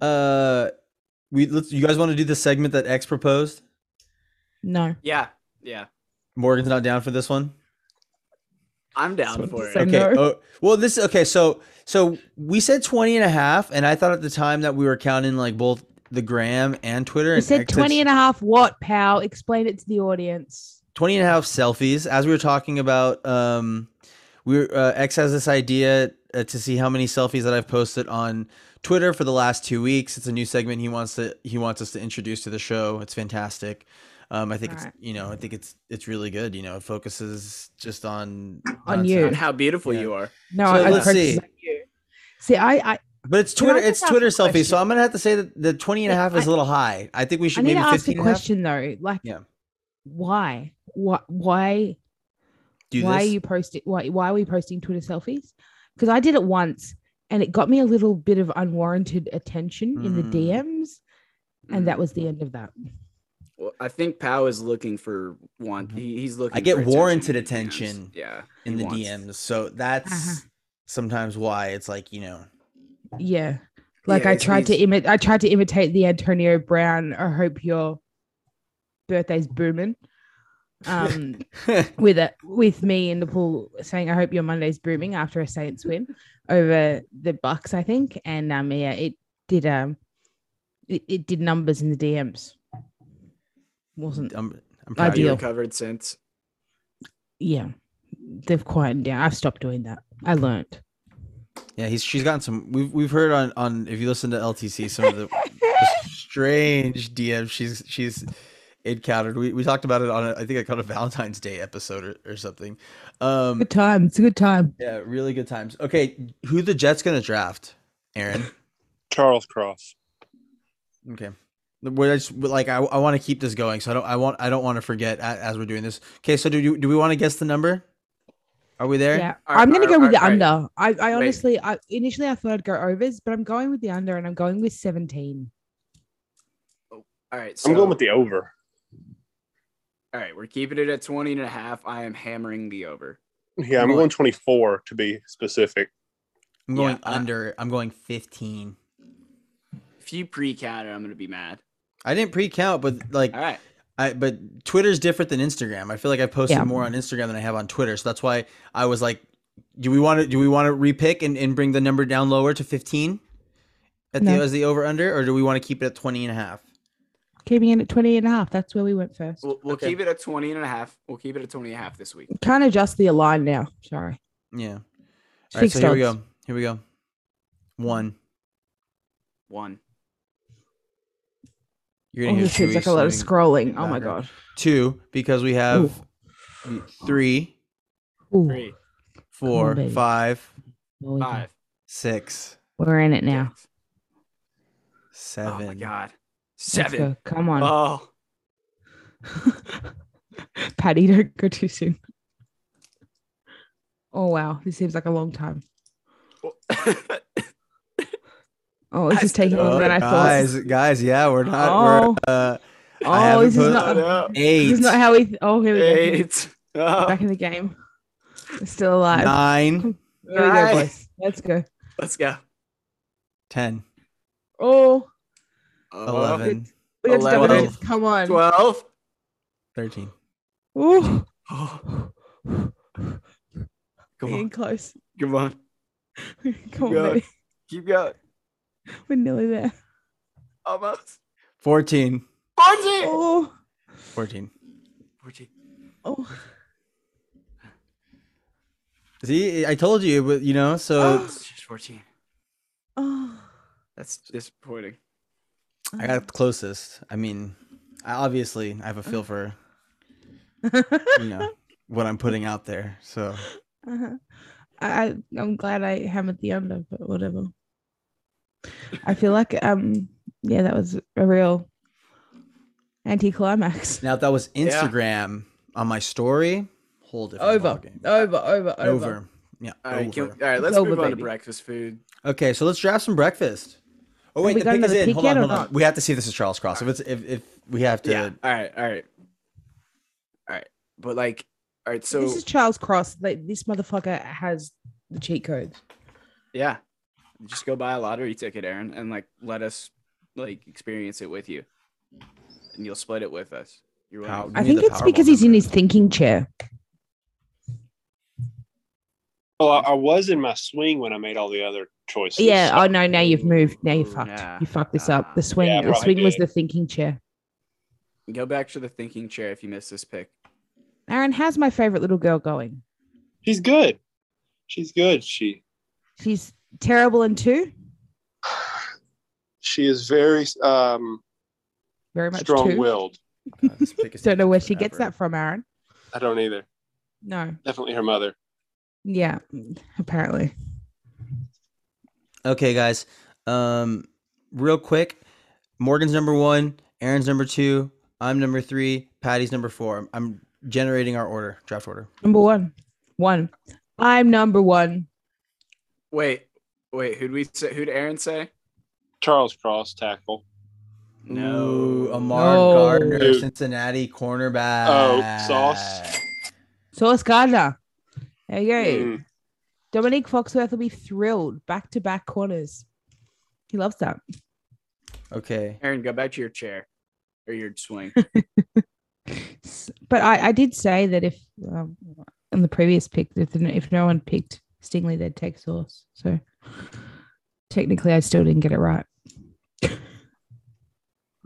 S1: Uh, we let's. You guys want to do the segment that X proposed?
S4: no
S3: Yeah, yeah.
S1: Morgan's not down for this one.
S3: I'm down
S4: That's what
S3: for
S4: I
S3: it.
S4: said.
S1: Okay.
S4: no.
S1: Oh, well, this okay. So, so we said 20 and a half, and I thought at the time that we were counting like both the gram and Twitter.
S4: you
S1: and
S4: said
S1: X
S4: 20 and a half what pal explain it to the audience
S1: 20 and a half selfies. As we were talking about, um, we were, uh, X has this idea uh, to see how many selfies that I've posted on Twitter for the last two weeks. It's a new segment he wants to he wants us to introduce to the show. It's fantastic. Um, I think it's
S4: Alright.
S1: you know I think it's it's really good. You know, it focuses just on
S4: On you.
S3: On how beautiful
S1: Yeah.
S3: you are.
S4: No,
S1: So
S4: I, I
S1: let's
S4: focus
S1: see.
S4: on you. See, I, I,
S1: But it's
S4: Can I
S1: Twitter. It's
S4: just ask
S1: Twitter
S4: a
S1: selfie. So
S4: question?
S1: I'm gonna have to say that the 20 and a
S4: Yeah,
S1: half is a little high. I think we
S4: I
S1: should
S4: need to
S1: maybe
S4: ask a
S1: 15 and a half.
S4: question though. Like,
S1: Yeah.
S4: why, why, why,
S1: Do
S4: why
S1: this.
S4: are you posting? Why, why are we posting Twitter selfies? Because I did it once, and it got me a little bit of unwarranted attention in the
S1: Mm.
S4: DMs, and that
S3: Mm.
S4: was the end of that.
S3: Well, I think Pow is looking for one. He, he's looking.
S1: I get
S3: for
S1: warranted
S3: in the DMs.
S1: attention
S3: Yeah,
S1: in
S3: he
S1: the
S3: wants-
S1: DMs. So that's
S4: Uh-huh.
S1: sometimes why it's like you know. (laughs)
S4: Yeah, like
S3: Yeah,
S4: I
S3: it's
S4: tried to
S3: easy.
S4: imitate. I tried to imitate the Antonio Brown. I hope your
S1: (laughs)
S4: birthday's booming. Um, with it with me in the pool saying, "I hope your Monday's booming after a Saints win over the Bucks," I think, and um, yeah, it did um, it, it did numbers in the DMs. Wasn't
S1: I'm, I'm
S3: Have
S1: proud of
S3: you
S1: you.
S4: Ideal.
S3: recovered since?
S4: yeah, they've quietened down. I've stopped doing that. I learned.
S1: Yeah, he's she's gotten some. We've we've heard on on if you listen to LTC some of the strange DMs she's she's encountered. We we talked about it on a, I think I called a Valentine's Day episode or, or something. Um,
S4: Good time. It's a good time.
S1: yeah, really good times. Okay, who the Jets gonna draft? Aaron.
S2: Charles Cross.
S1: Okay. We're just, but, like I, I want to keep this going, so I don't I want I don't want to forget a- as we're doing this. Okay, so do you, do we want to guess the number? Are we there?
S4: Yeah,
S3: All
S4: I'm
S3: right,
S4: gonna
S3: all
S4: go with
S3: right,
S4: the
S3: all right.
S4: under. I, I
S3: Wait.
S4: honestly, I initially I thought I'd go overs, but I'm going with the under, and I'm going with 17.
S3: All right, so
S2: I'm going with the over.
S3: all right. We're keeping it at 20 and a half. I am hammering the over.
S2: Yeah, I'm
S1: Really?
S2: going 24 to be specific.
S1: I'm going
S3: Yeah, uh, I-
S1: under. I'm going 15.
S3: If you pre-count it, I'm gonna be mad.
S1: I didn't pre-count, but like
S3: All right,
S1: I but Twitter's different than Instagram. I feel like I've posted
S4: Yeah.
S1: more on Instagram than I have on Twitter, so that's why I was like, do we want to do we want to repick and, and bring the number down lower to 15 at
S4: No.
S1: the as the over under, or do we want to keep it at 20 and a half?
S4: Keeping in at 20 and a half. That's where we went first.
S3: we'll, we'll
S1: Okay.
S3: keep it at 20 and a half. We'll keep it at 20 and a half this week.
S4: Can't adjust the align now. Sorry.
S1: Yeah. All right, so
S4: Fixed
S1: here we
S4: odds.
S1: go. Here we go. One.
S3: One.
S1: You're
S4: Oh,
S1: gonna hear
S4: this seems like
S1: Chewy
S4: a lot of
S1: snorting.
S4: scrolling. Oh my
S1: background.
S4: god.
S1: two because we have
S4: Ooh.
S1: three,
S4: Ooh,
S3: Three,
S1: four,
S4: baby.
S1: five,
S4: well, we can-
S3: five,
S1: six,
S4: We're in it now.
S3: six.
S1: seven.
S3: Oh my god,
S4: Let's
S3: seven.
S4: go. Come on.
S3: Oh,
S4: (laughs)
S3: (laughs)
S4: Patty, don't go too soon. Oh wow. This seems like a long time. Oh, this
S3: I
S4: is taking
S3: said,
S4: longer than I thought.
S1: guys, guys, yeah, we're not.
S4: Oh.
S1: We're, uh, I
S4: Oh,
S1: haven't
S4: this is
S1: put-
S4: not
S1: eight,
S4: this is not how we oh here we go.
S3: eight.
S4: We're
S3: Oh,
S4: Back in the game. We're still alive.
S1: nine,
S4: here we go,
S3: nine.
S4: boys. Let's go.
S3: Let's go.
S1: ten,
S4: Oh
S1: eleven,
S4: we got to double
S1: Eleven.
S4: digits. Come on.
S3: 12.
S1: thirteen.
S4: Ooh.
S3: Oh, come
S4: Getting
S3: on.
S4: close. (laughs)
S3: Come on.
S4: Come on,
S3: Go.
S4: baby.
S3: Keep going.
S4: We're
S3: (laughs)
S4: nearly there.
S3: Almost.
S1: 14,
S3: 14.
S4: Oh,
S1: 14.
S3: 14.
S4: oh.
S1: See, I told you, but you know, so
S4: (gasps)
S3: It's just 14.
S4: Oh,
S3: That's disappointing.
S1: I got closest. I mean, I obviously I have a feel for you know what I'm putting out there. So
S4: (laughs) Uh-huh. I, I- I'm glad I hammered the under, but whatever. I feel like um yeah, that was a real
S1: (laughs)
S4: anticlimax.
S1: now if that was Instagram on my story, whole different
S4: Over,
S1: ballgame.
S4: over, over, over.
S1: over, yeah,
S3: All right, can,
S1: over.
S3: all right let's
S4: It's over,
S3: move on to
S4: baby.
S3: breakfast food.
S1: Okay, so let's draft some breakfast. Oh
S4: uh, Have
S1: wait,
S4: we
S1: the
S4: gotten
S1: pick
S4: to
S1: is
S4: the
S1: in.
S4: pick
S1: Hold on,
S4: yet or
S1: hold on.
S4: not?
S1: We have to see if this is Charles Cross. If it's if, if we have to,
S3: Yeah. All right. All right. All right. But like, all right. So
S4: this is Charles Cross. Like this motherfucker has the cheat codes.
S3: yeah, just go buy a lottery ticket, Aaron, and like let us like experience it with you, and you'll split it with us. You're
S1: How-
S3: welcome.
S1: We
S4: I
S1: need
S4: think
S1: the
S4: it's because
S1: Powerball
S4: he's in
S1: number.
S4: his thinking chair.
S2: Well, Oh, I, I was in my swing when I made all the other choices.
S4: Yeah.
S2: so-
S4: Oh no, now you've moved. Now you
S3: Ooh,
S4: fucked.
S3: nah,
S4: you fucked this
S3: nah.
S4: up. The swing.
S2: Yeah, I
S4: the
S2: probably
S4: swing was
S2: did.
S4: the thinking chair.
S3: Go back to the thinking chair if you missed this pick.
S4: Aaron, how's my favorite little girl going?
S2: she's good. She's good. She
S4: She's terrible in two.
S2: she is very um,
S4: Very much two.
S2: strong-willed.
S1: God, uh, this pick is
S4: Don't know
S1: taking
S4: where she gets
S1: forever.
S4: that from, Aaron.
S2: I don't either.
S4: No.
S2: Definitely her mother.
S4: Yeah. Apparently.
S1: Okay, guys. Um, real quick, Morgan's number one, Aaron's number two, I'm number three, Patty's number four. I'm, I'm generating our order, draft order.
S4: Number one. One. I'm number one.
S3: Wait, wait. Who'd we say? Who'd Aaron say?
S2: Charles Cross tackle.
S1: Ooh,
S3: um,
S1: Amar
S4: No.
S1: Gardner,
S2: Dude.
S1: Cincinnati cornerback.
S2: Oh, sauce.
S4: Sauce Gardner. There you go.
S2: Mm.
S4: Dominique Foxworth will be thrilled. Back to back corners. He loves that.
S1: Okay.
S3: Aaron, go back to your chair or your swing.
S4: S- But I, I did say that if um, in the previous pick, if, if no one picked Stingley, they'd take Sauce. So technically, I still didn't get it right.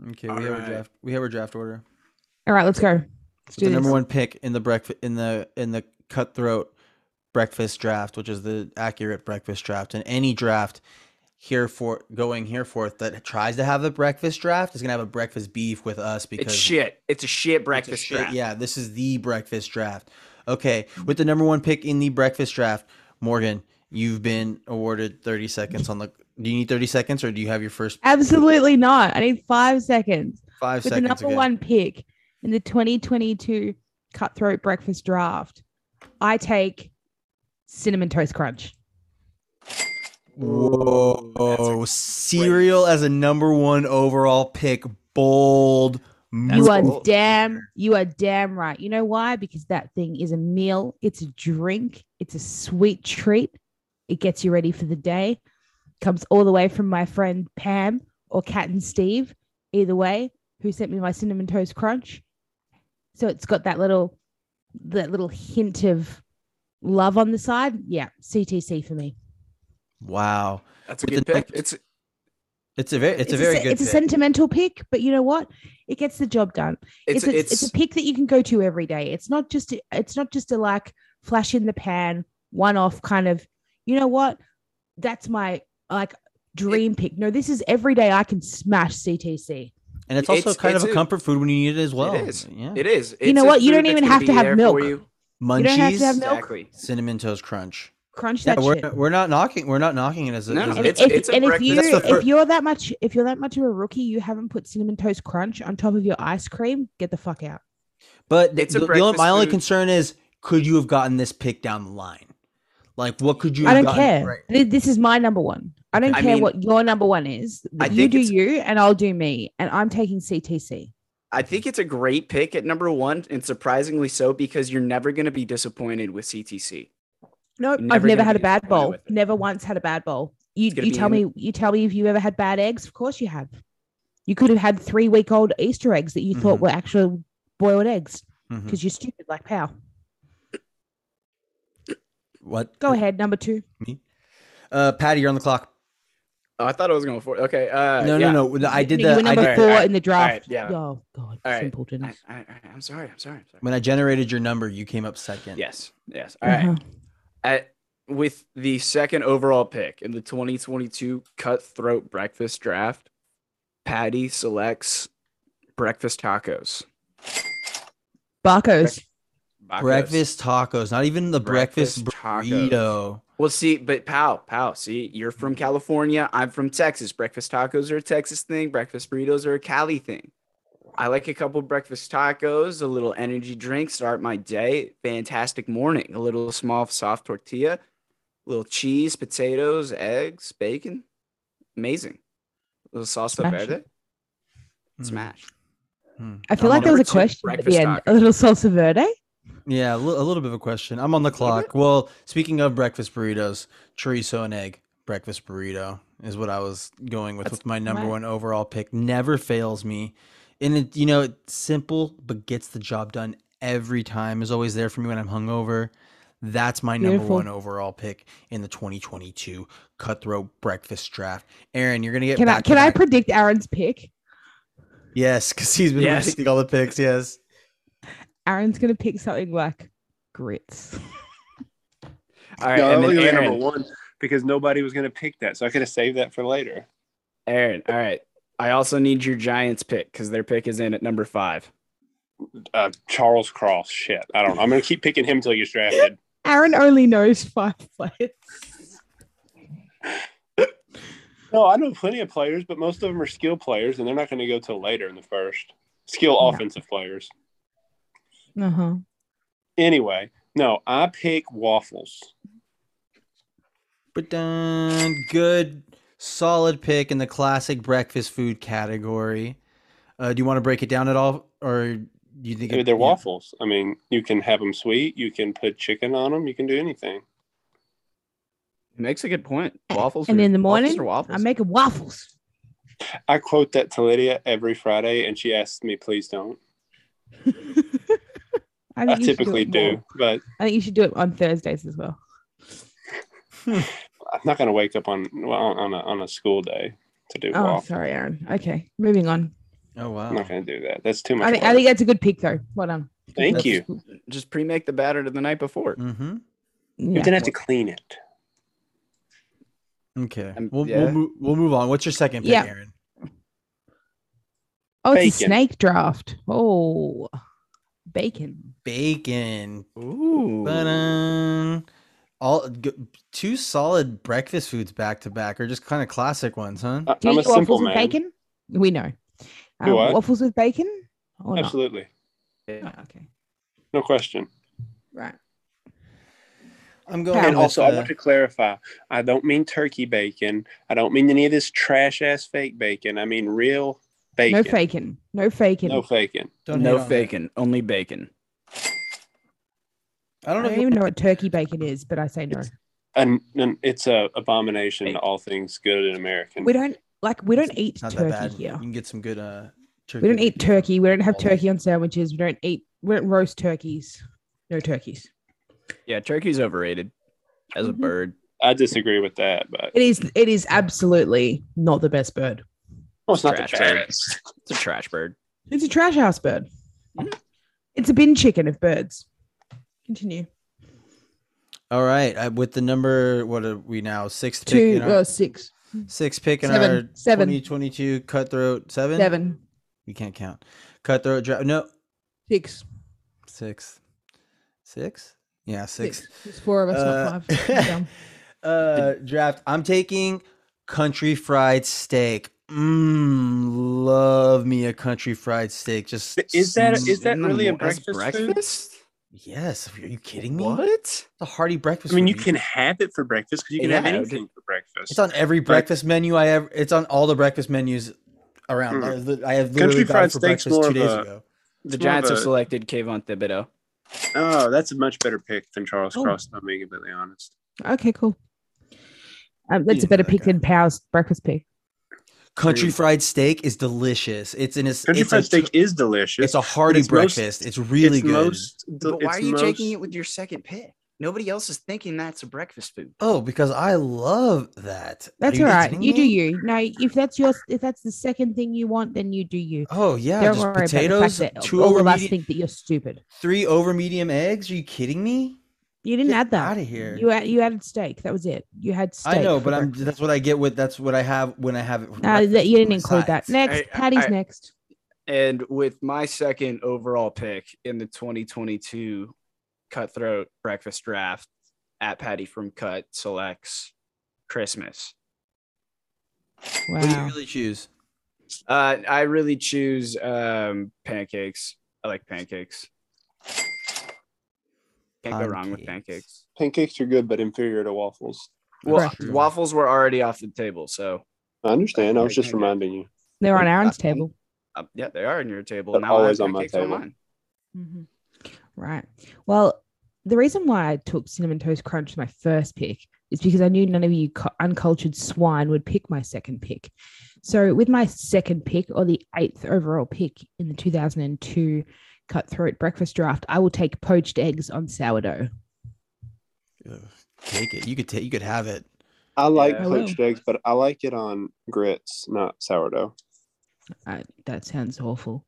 S1: Okay,
S3: All
S1: we have a
S3: right.
S1: draft. We have our draft order.
S4: All right, let's go. Let's
S1: So the
S4: do
S1: number
S4: this.
S1: one pick in the breakfast in the in the cutthroat breakfast draft, which is the accurate breakfast draft, and any draft here for going here forth that tries to have the breakfast draft is gonna have a breakfast beef with us
S3: it's
S1: because
S3: shit. It's a shit
S1: It's a
S3: breakfast
S1: shit-
S3: draft.
S1: Yeah, this is the breakfast draft. Okay, with the number one pick in the breakfast draft, Morgan, you've been awarded 30 seconds on the. Do you need 30 seconds or do you have your first
S4: Absolutely not. I need five seconds.
S1: five
S4: with the
S1: seconds?
S4: number
S1: again?
S4: one pick in the 2022 Cutthroat Breakfast Draft, I take Cinnamon Toast Crunch.
S3: Ooh,
S1: Whoa,
S3: that's
S1: cereal as a number one overall pick. Bold.
S4: you are
S1: move.
S4: damn, you are damn right. You know why? Because that thing is a meal, it's a drink, it's a sweet treat. It gets you ready for the day. Comes all the way from my friend Pam or Cat and Steve, either way, who sent me my Cinnamon Toast Crunch. So it's got that little, that little hint of love on the side. Yeah, CTC for me.
S1: Wow.
S3: That's a
S1: With
S3: good
S1: the
S3: pick.
S1: numbers.
S3: It's
S1: It's a very, it's, a
S4: sen-
S1: very good.
S4: it's a
S1: pick.
S4: sentimental pick but you know what it gets the job done
S3: it's
S4: it's, a, it's, a pick that you can go to every day it's not just a, it's not just a like flash in the pan one off kind of you know what that's my like dream pick no this is every day i can smash ctc
S1: and it's also
S3: it's-
S1: kind
S3: it's
S1: of a
S3: a-
S1: comfort food when you need it as well.
S3: is.
S1: Yeah.
S3: It is.
S4: You know
S3: It's a
S4: what? You
S3: food
S4: don't even
S3: that's gonna
S4: have
S3: be
S4: to have
S3: there for
S4: milk.
S3: you.
S4: You don't have to have
S1: Munchies,
S4: milk.
S3: Exactly.
S1: cinnamon toast crunch.
S4: crunch
S1: Yeah,
S4: that
S1: we're,
S4: shit
S1: we're not knocking. We're not knocking it as a.
S3: No,
S1: as
S4: and
S1: a-
S3: it's-
S4: if,
S3: a
S4: and if
S3: breakfast-
S4: you
S1: That's the fir-
S4: if you're that much if you're that much of a rookie, you haven't put cinnamon toast crunch on top of your ice cream. Get the fuck out.
S1: But th-
S3: It's a
S1: the- the only- my
S3: breakfast
S1: only
S3: food.
S1: concern is, could you have gotten this pick down the line? Like, what could you?
S4: I
S1: have
S4: don't
S1: gotten-
S4: care.
S1: right.
S4: Th- This is my number one. I don't
S3: I
S4: care
S3: mean-
S4: what your number one is.
S3: I
S4: you
S3: think
S4: do
S3: it's-
S4: you, and I'll do me, and I'm taking CTC.
S3: I think it's a great pick at number one, and surprisingly so because you're never going to be disappointed with CTC.
S4: No,
S3: You're
S4: I've
S3: never
S4: never
S3: gonna
S4: had a
S3: be
S4: bad
S3: disappointed
S4: bowl.
S3: with it.
S4: Never once had a bad bowl. You
S3: It's gonna
S4: you
S3: be
S4: tell me
S3: in-
S4: you tell me if you ever had bad eggs. Of course you have. You could have had three week old Easter eggs that you
S1: Mhm.
S4: thought were actual boiled eggs
S1: Mhm.
S4: because you're stupid like pal.
S1: What?
S4: Go ahead, number two.
S1: Uh, Patty, you're on the clock.
S3: Oh, I thought I was going for okay. Uh,
S1: no,
S3: yeah.
S1: no, no, I did
S4: No, You
S1: the.
S4: were
S1: I
S4: number
S1: did-
S3: Alright,
S4: four
S3: alright,
S4: in the draft.
S3: alright, yeah.
S4: Oh god,
S3: Alright,
S4: simpleton.
S3: I, I, I- I'm sorry. I'm sorry. I'm sorry.
S1: when I generated your number, you came up second.
S3: yes. Yes. All right.
S1: Mm-hmm.
S4: Uh-huh.
S3: At, with the second overall pick in the 2022 Cutthroat Breakfast Draft, Patty selects breakfast tacos.
S4: Barcos.
S3: Tacos.
S1: Breakfast tacos, not even the breakfast,
S3: tacos.
S1: burrito.
S3: Well, see, but pow, pow. See, you're from
S4: Mm-hmm.
S3: California. I'm from Texas. Breakfast tacos are a Texas thing. Breakfast burritos are a Cali thing. I like a couple breakfast tacos, a little energy drink, start my day. Fantastic morning. A little small soft tortilla, little cheese, potatoes, eggs, bacon. Amazing. A little salsa
S4: Smash it. Mm-hmm.
S3: verde.
S1: Mm.
S3: Smash.
S1: Mm-hmm.
S4: I feel
S3: I'm
S4: like there was
S3: number
S4: a
S3: two,
S4: question at
S3: breakfast
S4: the end. A
S3: tacos.
S4: little salsa verde.
S1: Yeah, a li- a little bit of a question. I'm
S4: Mm-hmm.
S1: on the clock. Well, speaking of breakfast burritos, chorizo and egg breakfast burrito is what I was going with
S3: That's-
S1: with my number
S4: Wow.
S1: one overall pick. Never fails me, and it you know it's simple but gets the job done every time. Is always there for me when I'm hungover. That's my number
S4: Beautiful.
S1: one overall pick in the 2022 Cutthroat Breakfast Draft. Aaron, you're gonna get
S4: Can I
S1: back
S4: can
S1: to
S4: I
S1: back-
S4: predict Aaron's pick?
S1: yes, because he's been
S3: Yes.
S1: predicting all the picks. Yes.
S4: Aaron's gonna pick something like grits.
S3: All right.
S2: no,
S3: and
S2: that
S3: then
S2: only went
S3: Aaron.
S2: number one because nobody was going to pick that, so I could have saved that for later.
S3: Aaron. All right. I also need your Giants pick because their pick is in at number five.
S2: Uh, Charles Cross, shit. I don't know. I'm going to keep picking him until he gets drafted.
S4: Aaron only knows five players.
S2: No, I know plenty of players, but most of them are skill players, and they're not going to go till later in the first. Skill
S4: No.
S2: offensive players.
S4: Uh huh.
S2: Anyway, no, I pick waffles.
S1: But done. Good, solid pick in the classic breakfast food category. Uh, do you want to break it down at all, or do you think
S2: They're
S1: it,
S2: they're
S1: yeah.
S2: waffles. I mean, you can have them sweet. You can put chicken on them. You can do anything.
S3: It makes a good point. Waffles.
S4: And
S3: are-
S4: in the
S3: waffles
S4: morning,
S3: are waffles.
S4: I'm
S1: (laughs)
S4: making waffles.
S2: I quote that to Lydia every Friday, and she asks me, "Please don't."
S4: I,
S2: I
S4: think you should
S2: typically
S4: it
S2: do,
S4: more.
S2: but
S4: I think you should do it on Thursdays as well.
S2: I'm not going to wake up on well, on on a, on a school day to do
S4: Oh,
S2: waffles.
S4: sorry, Aaron. Okay, moving on.
S1: Oh wow!
S2: I'm not going to do that. That's too much.
S4: I think,
S2: work.
S4: I think that's a good pick though. Well done.
S2: Thank
S1: that's-
S2: you.
S3: Just pre-make the batter to the night before.
S1: Mm-hmm.
S2: You
S4: Yeah.
S2: didn't have to clean it.
S1: Okay,
S3: Um,
S1: we'll
S3: yeah.
S1: we'll, mo- we'll move on. What's your second pick,
S4: Yeah.
S1: Aaron?
S4: Oh, it's a
S2: Bacon.
S4: snake draft. Oh, bacon.
S1: Bacon.
S3: Ooh.
S1: Ba-dun. All g- two solid breakfast foods back to back, or just kind of classic ones, huh?
S2: I,
S4: Do
S2: am
S4: you
S2: a
S4: eat waffles
S2: simple
S4: with
S2: man.
S4: bacon? We know. Um,
S2: Do what?
S4: waffles with bacon? Or not?
S2: Absolutely,
S3: Yeah.
S4: Oh, okay.
S2: no question.
S4: Right.
S1: I'm
S4: Yeah,
S1: going.
S2: And
S1: uh,
S4: with,
S2: also, I want
S1: to...
S2: to clarify. I don't mean turkey bacon. I don't mean any of this trash ass fake bacon. I mean real bacon.
S4: No faking. No faking.
S2: No faking.
S1: don't
S3: no
S1: hate on me.
S3: bacon, only bacon.
S1: I
S4: I
S1: don't know.
S4: don't
S1: if you- (laughs)
S4: even know what turkey bacon is, but I say no.
S2: And, and it's a abomination to all things good and American.
S4: We don't like we don't eat
S1: It's not that
S4: turkey
S1: bad.
S4: here.
S1: You can get some good uh. Turkey
S4: We don't eat turkey. We don't have
S1: All day.
S4: turkey on sandwiches. We don't eat we don't roast turkeys. No turkeys.
S3: Yeah, turkey's overrated as a
S4: Mhm.
S3: bird.
S2: I disagree with that, but
S4: It is it is absolutely not the best bird.
S2: well, it's not the
S3: Trash
S2: trash.
S3: It's a trash bird.
S4: It's a trash house bird.
S1: Mm-hmm.
S4: It's a bin chicken of birds. Continue.
S1: All right, uh, with the number, what are we now? Sixth pick
S4: Two
S1: in
S4: uh,
S1: our
S4: six.
S1: six pick in
S4: seven,
S1: our
S4: seven.
S1: 2022 cutthroat seven.
S4: Seven.
S1: You can't count. Cutthroat draft. No,
S4: Six.
S1: sixth, six. Yeah, sixth.
S4: Six. It's four of us, not
S1: Uh, (laughs)
S4: five. Calm down.
S1: uh, draft. I'm taking country fried steak. Mmm, love me a country fried steak. Just
S2: Is that
S1: sm-
S2: is that
S3: Mm-hmm. In the
S2: really a
S3: mor- as
S2: breakfast? Food?
S3: breakfast?
S1: yes? Are you kidding me?
S3: What?
S1: It's a hearty breakfast.
S2: I mean,
S1: food.
S2: you can have it for breakfast because you can have
S3: Yeah.
S2: anything for breakfast.
S1: It's on every breakfast menu I ever. It's on all the breakfast menus around.
S2: Mm.
S1: I- I have
S2: Country
S1: literally got it
S2: fried
S1: for
S2: steak's
S1: breakfast
S2: more
S1: two
S2: of
S1: days
S2: a-
S1: ago.
S3: The
S2: more of
S3: Giants have
S2: a-
S3: selected Kayvon Thibodeau.
S2: Oh, that's a much better pick than Charles
S4: Oh.
S2: Cross. if I'm being completely honest.
S4: Okay, cool. Um, that's
S1: didn't
S4: a
S1: know
S4: better
S1: that
S4: pick
S1: guy.
S4: than Powell's breakfast pick.
S1: Country
S3: Dude.
S1: fried steak is delicious. It's in a. s-
S2: Country
S1: it's
S2: fried
S1: a,
S2: steak is delicious.
S1: It's a hearty
S2: it's most-
S1: breakfast. it's really
S2: it's
S1: good.
S2: Most,
S3: But why are you taking it with your second pick? Nobody else is thinking that's a breakfast food.
S1: oh, because I love that. Are
S4: That's
S1: you
S4: all right.
S1: kidding
S4: You do
S1: me?
S4: you. No, if that's your if that's the second thing you want, then you do you.
S1: Oh yeah,
S4: Don't
S1: just
S4: worry about the
S1: potatoes.
S4: fact that
S1: Two
S4: all
S1: over
S4: of us
S1: medi-
S4: think that you're stupid.
S1: three over medium eggs. Are you kidding me?
S4: You didn't
S1: Get
S4: add that.
S1: outta here.
S4: You add, you added steak. That was it. You had steak.
S1: I know,
S4: for
S1: but I'm.
S4: breakfast.
S1: That's what I get with. That's what I have when I have it. for
S4: No, that
S1: breakfast
S4: you
S1: with
S4: didn't
S1: my
S4: include that.
S1: sides.
S4: Next,
S3: I-
S4: Patty's
S3: I-
S4: next.
S3: And with my second overall pick in the 2022 Cutthroat Breakfast Draft at Patty from Cut selects Christmas.
S1: What do you
S4: Wow.
S1: really choose?
S3: Uh, I really choose um, pancakes. I like pancakes. Can't go wrong with
S1: Pancakes.
S3: pancakes.
S2: Pancakes are good, but inferior to waffles.
S3: Well,
S1: That's true.
S3: waffles were already off the table, so
S2: I understand. I was
S3: Okay,
S2: just
S3: okay.
S2: reminding you.
S4: They're on Aaron's
S3: That's fine.
S4: table.
S3: uh, yeah, they are on your table.
S2: But
S3: now I have
S2: always on my
S3: pancakes
S2: table.
S3: mine.
S4: Mhm.
S1: Mm-hmm.
S4: Right. Well, the reason why I took Cinnamon Toast Crunch as my first pick is because I knew none of you cu- uncultured swine would pick my second pick. So, with my second pick or the eighth overall pick in the 2002 Cutthroat Breakfast Draft, I will take poached eggs on sourdough.
S1: Ugh, Take it. You could take. You could have it.
S2: I like
S3: Yeah.
S4: I
S2: poached eggs, but I like it on grits, not sourdough.
S4: Uh, that sounds awful.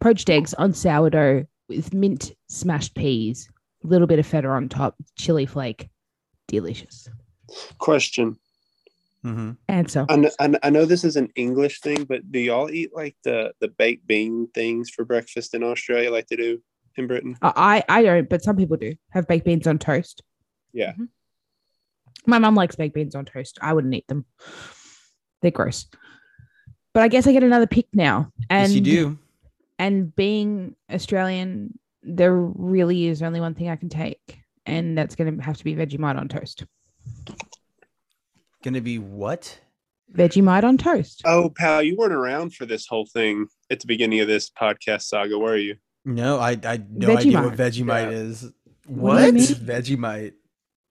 S4: Poached eggs on sourdough with mint smashed peas, a little bit of feta on top, chili flake. Delicious.
S2: Question:
S1: Mm-hmm.
S4: Answer.
S2: I, kn- I, kn- I know this is an English thing, but do y'all eat like the the baked bean things for breakfast in Australia, like they do in Britain?
S4: I I don't, but some people do have baked beans on toast.
S2: Yeah.
S1: Mm-hmm.
S4: Mhm. My mum likes baked beans on toast. I wouldn't eat them. They're gross. But I guess I get another pick now.
S1: Yes,
S4: And
S1: you do.
S4: And being Australian, there really is only one thing I can take, and that's going to have to be Vegemite on toast.
S1: Gonna be what?
S4: Vegemite on toast.
S2: Oh, pal, you weren't around for this whole thing at the beginning of this podcast saga, were you?
S1: No, I I no idea what Vegemite
S3: Yeah.
S1: is.
S4: What do you
S1: Vegemite?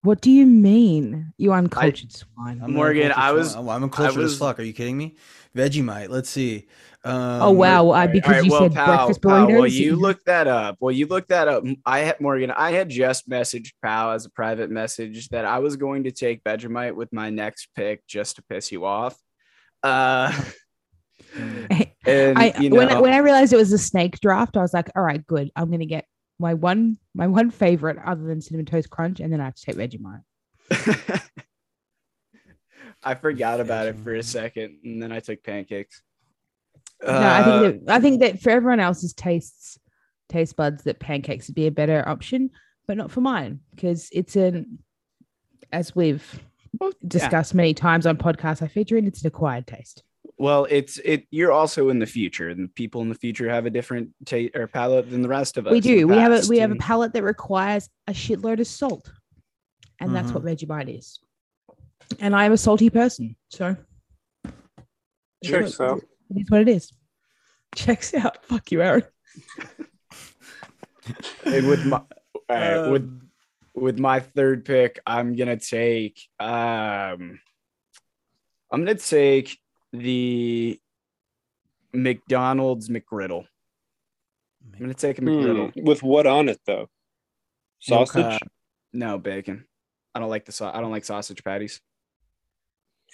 S4: What do you mean, you uncultured swine?
S1: I'm an
S3: Morgan,
S1: uncultured
S3: I was-
S1: swine. I'm uncultured as
S3: was-
S1: fuck. Are you kidding me? Vegemite. Let's see. Um,
S4: oh wow! I, because
S3: All right,
S4: you
S3: well,
S4: said
S3: pal,
S4: breakfast
S3: pal,
S4: burritos.
S3: well, you look that up. Well, you look that up. I had Morgan. I had just messaged Pow as a private message that I was going to take Vegemite with my next pick just to piss you off.
S4: (laughs)
S3: Uh, and
S4: (laughs) I
S3: you know,
S4: when, I- when I realized it was a snake draft, I was like, all right, good. I'm gonna get my one my one favorite other than cinnamon toast crunch, and then I have to take Vegemite.
S3: I forgot about it for a second, and then I took pancakes. Uh,
S4: no,
S1: Uh,
S4: I think that, I think that for everyone else's tastes taste buds, that pancakes would be a better option, but not for mine because it's an as we've discussed many times on podcasts I feature in, it's an acquired taste.
S3: Well, it's it. You're also in the future, and people in the future have a different taste or palate than the rest of us.
S4: we
S3: in the
S4: do. We have a
S3: past,
S4: we have a
S3: and-
S4: palate that requires a shitload of salt, and that's what Vegemite is. And I am a salty person, so.
S2: Sure.
S4: Look,
S2: So
S4: It is what it is. Checks out. (laughs) Fuck you, Aaron.
S3: and
S1: (laughs)
S3: with my all right, with
S1: Um,
S3: with my third pick, I'm gonna take um I'm gonna take the McDonald's McGriddle. I'm gonna take a
S2: Hmm,
S3: McGriddle.
S2: with what on it though? Sausage.
S3: Uh, no bacon. I don't like the sau- I don't like sausage patties.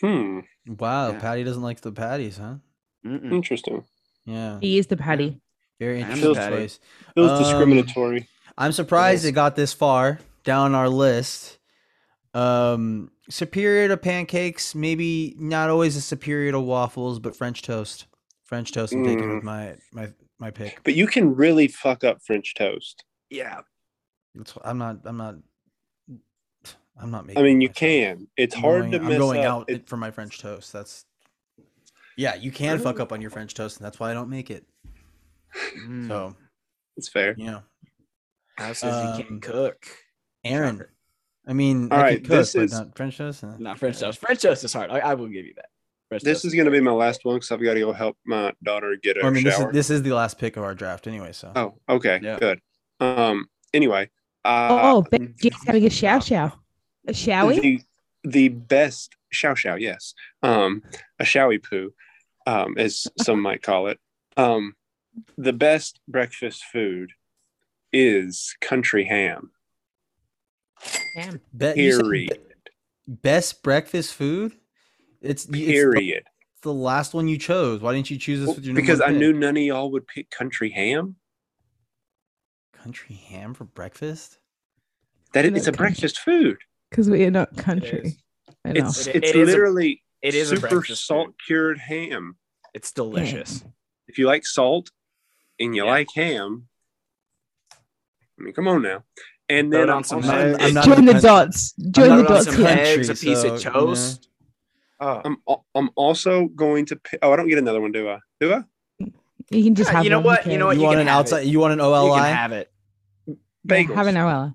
S2: Hmm.
S1: wow,
S3: yeah.
S1: Patty doesn't like the patties, huh? Hmm.
S4: Mm.
S3: Mm-mm.
S2: Interesting.
S1: Yeah,
S4: He is the patty.
S1: very
S3: I am a
S1: interesting
S3: patty.
S1: choice.
S2: Feels
S1: Um,
S2: discriminatory.
S1: I'm surprised
S3: is.
S1: it got this far down our list. Um, superior to pancakes, maybe not always a superior to waffles, but French toast. French toast. I'm taking
S2: Mm.
S1: with my my my pick.
S2: But you can really fuck up French toast.
S3: Yeah.
S1: That's wh- I'm not. I'm not. I'm not making.
S2: I mean,
S1: it
S2: you
S1: myself.
S2: can. It's
S1: I'm
S2: hard
S1: going-
S2: to mess
S1: I'm going
S2: up.
S1: out
S2: It-
S1: for my French toast. That's. Yeah, you can fuck
S3: Really?
S1: up on your French toast, and that's why I don't make it.
S3: Mm.
S1: So
S2: it's fair.
S1: you know,
S3: How says you
S1: um,
S3: can't cook.
S1: Aaron. I mean,
S2: All
S1: I
S2: right,
S1: can cook,
S2: this
S1: but
S2: is-
S1: not French toast. uh,
S3: Not French toast. French toast is hard. I, I will give you that. French
S2: This
S3: toast
S2: is going to be my last one because I've got to go help my daughter get a
S1: Well, I mean, this is
S2: shower.
S1: this is the last pick of our draft anyway. So
S2: Oh, okay,
S3: Yeah.
S2: good. Um, anyway, uh,
S4: oh, Ben G's having a shower shower. A showy?
S2: the, the best shao shao, yes, um, a showy poo, um, as some might call it. Um, the best breakfast food is country ham.
S4: Damn.
S1: Be- you said
S2: Period.
S1: be- best breakfast food. It's, y- it's the-
S2: Period.
S1: the last one you chose. Why didn't you choose this with your number
S2: because I
S1: one
S2: knew
S1: pick?
S2: none of y'all would pick country ham.
S1: country ham for breakfast.
S2: That
S4: No,
S2: it's a
S4: country-
S2: breakfast food.
S4: Because we are not
S3: It
S4: country
S3: is.
S4: enough.
S2: It's
S3: It- it
S2: it's
S3: is a-
S2: literally
S3: it is a
S2: super
S3: breakfast food.
S2: salt cured ham.
S3: It's delicious.
S2: If you like salt, and you
S3: Yeah.
S2: like ham, I mean, come on now. And
S3: Throw
S2: then
S3: it on
S2: I'm
S3: some
S2: also-
S1: I'm not- I'm not-
S4: Join the
S1: depend-
S4: dots. Join the
S1: not
S4: dots.
S1: on
S3: some
S1: here.
S3: eggs, a
S1: Country,
S3: piece
S1: so, you know.
S3: of toast.
S5: Oh,
S2: I'm al- I'm also going to. Pick, oh, I don't get another one, do I? Do I?
S4: You can just
S3: Yeah,
S4: have
S3: you know
S4: one,
S3: what?
S4: who
S3: You know
S4: cares?
S1: you
S3: you
S1: want
S3: can
S1: an
S3: have
S1: outside? You want an
S3: You can
S1: OLI?
S3: have it.
S2: Bagels.
S4: Have an hour.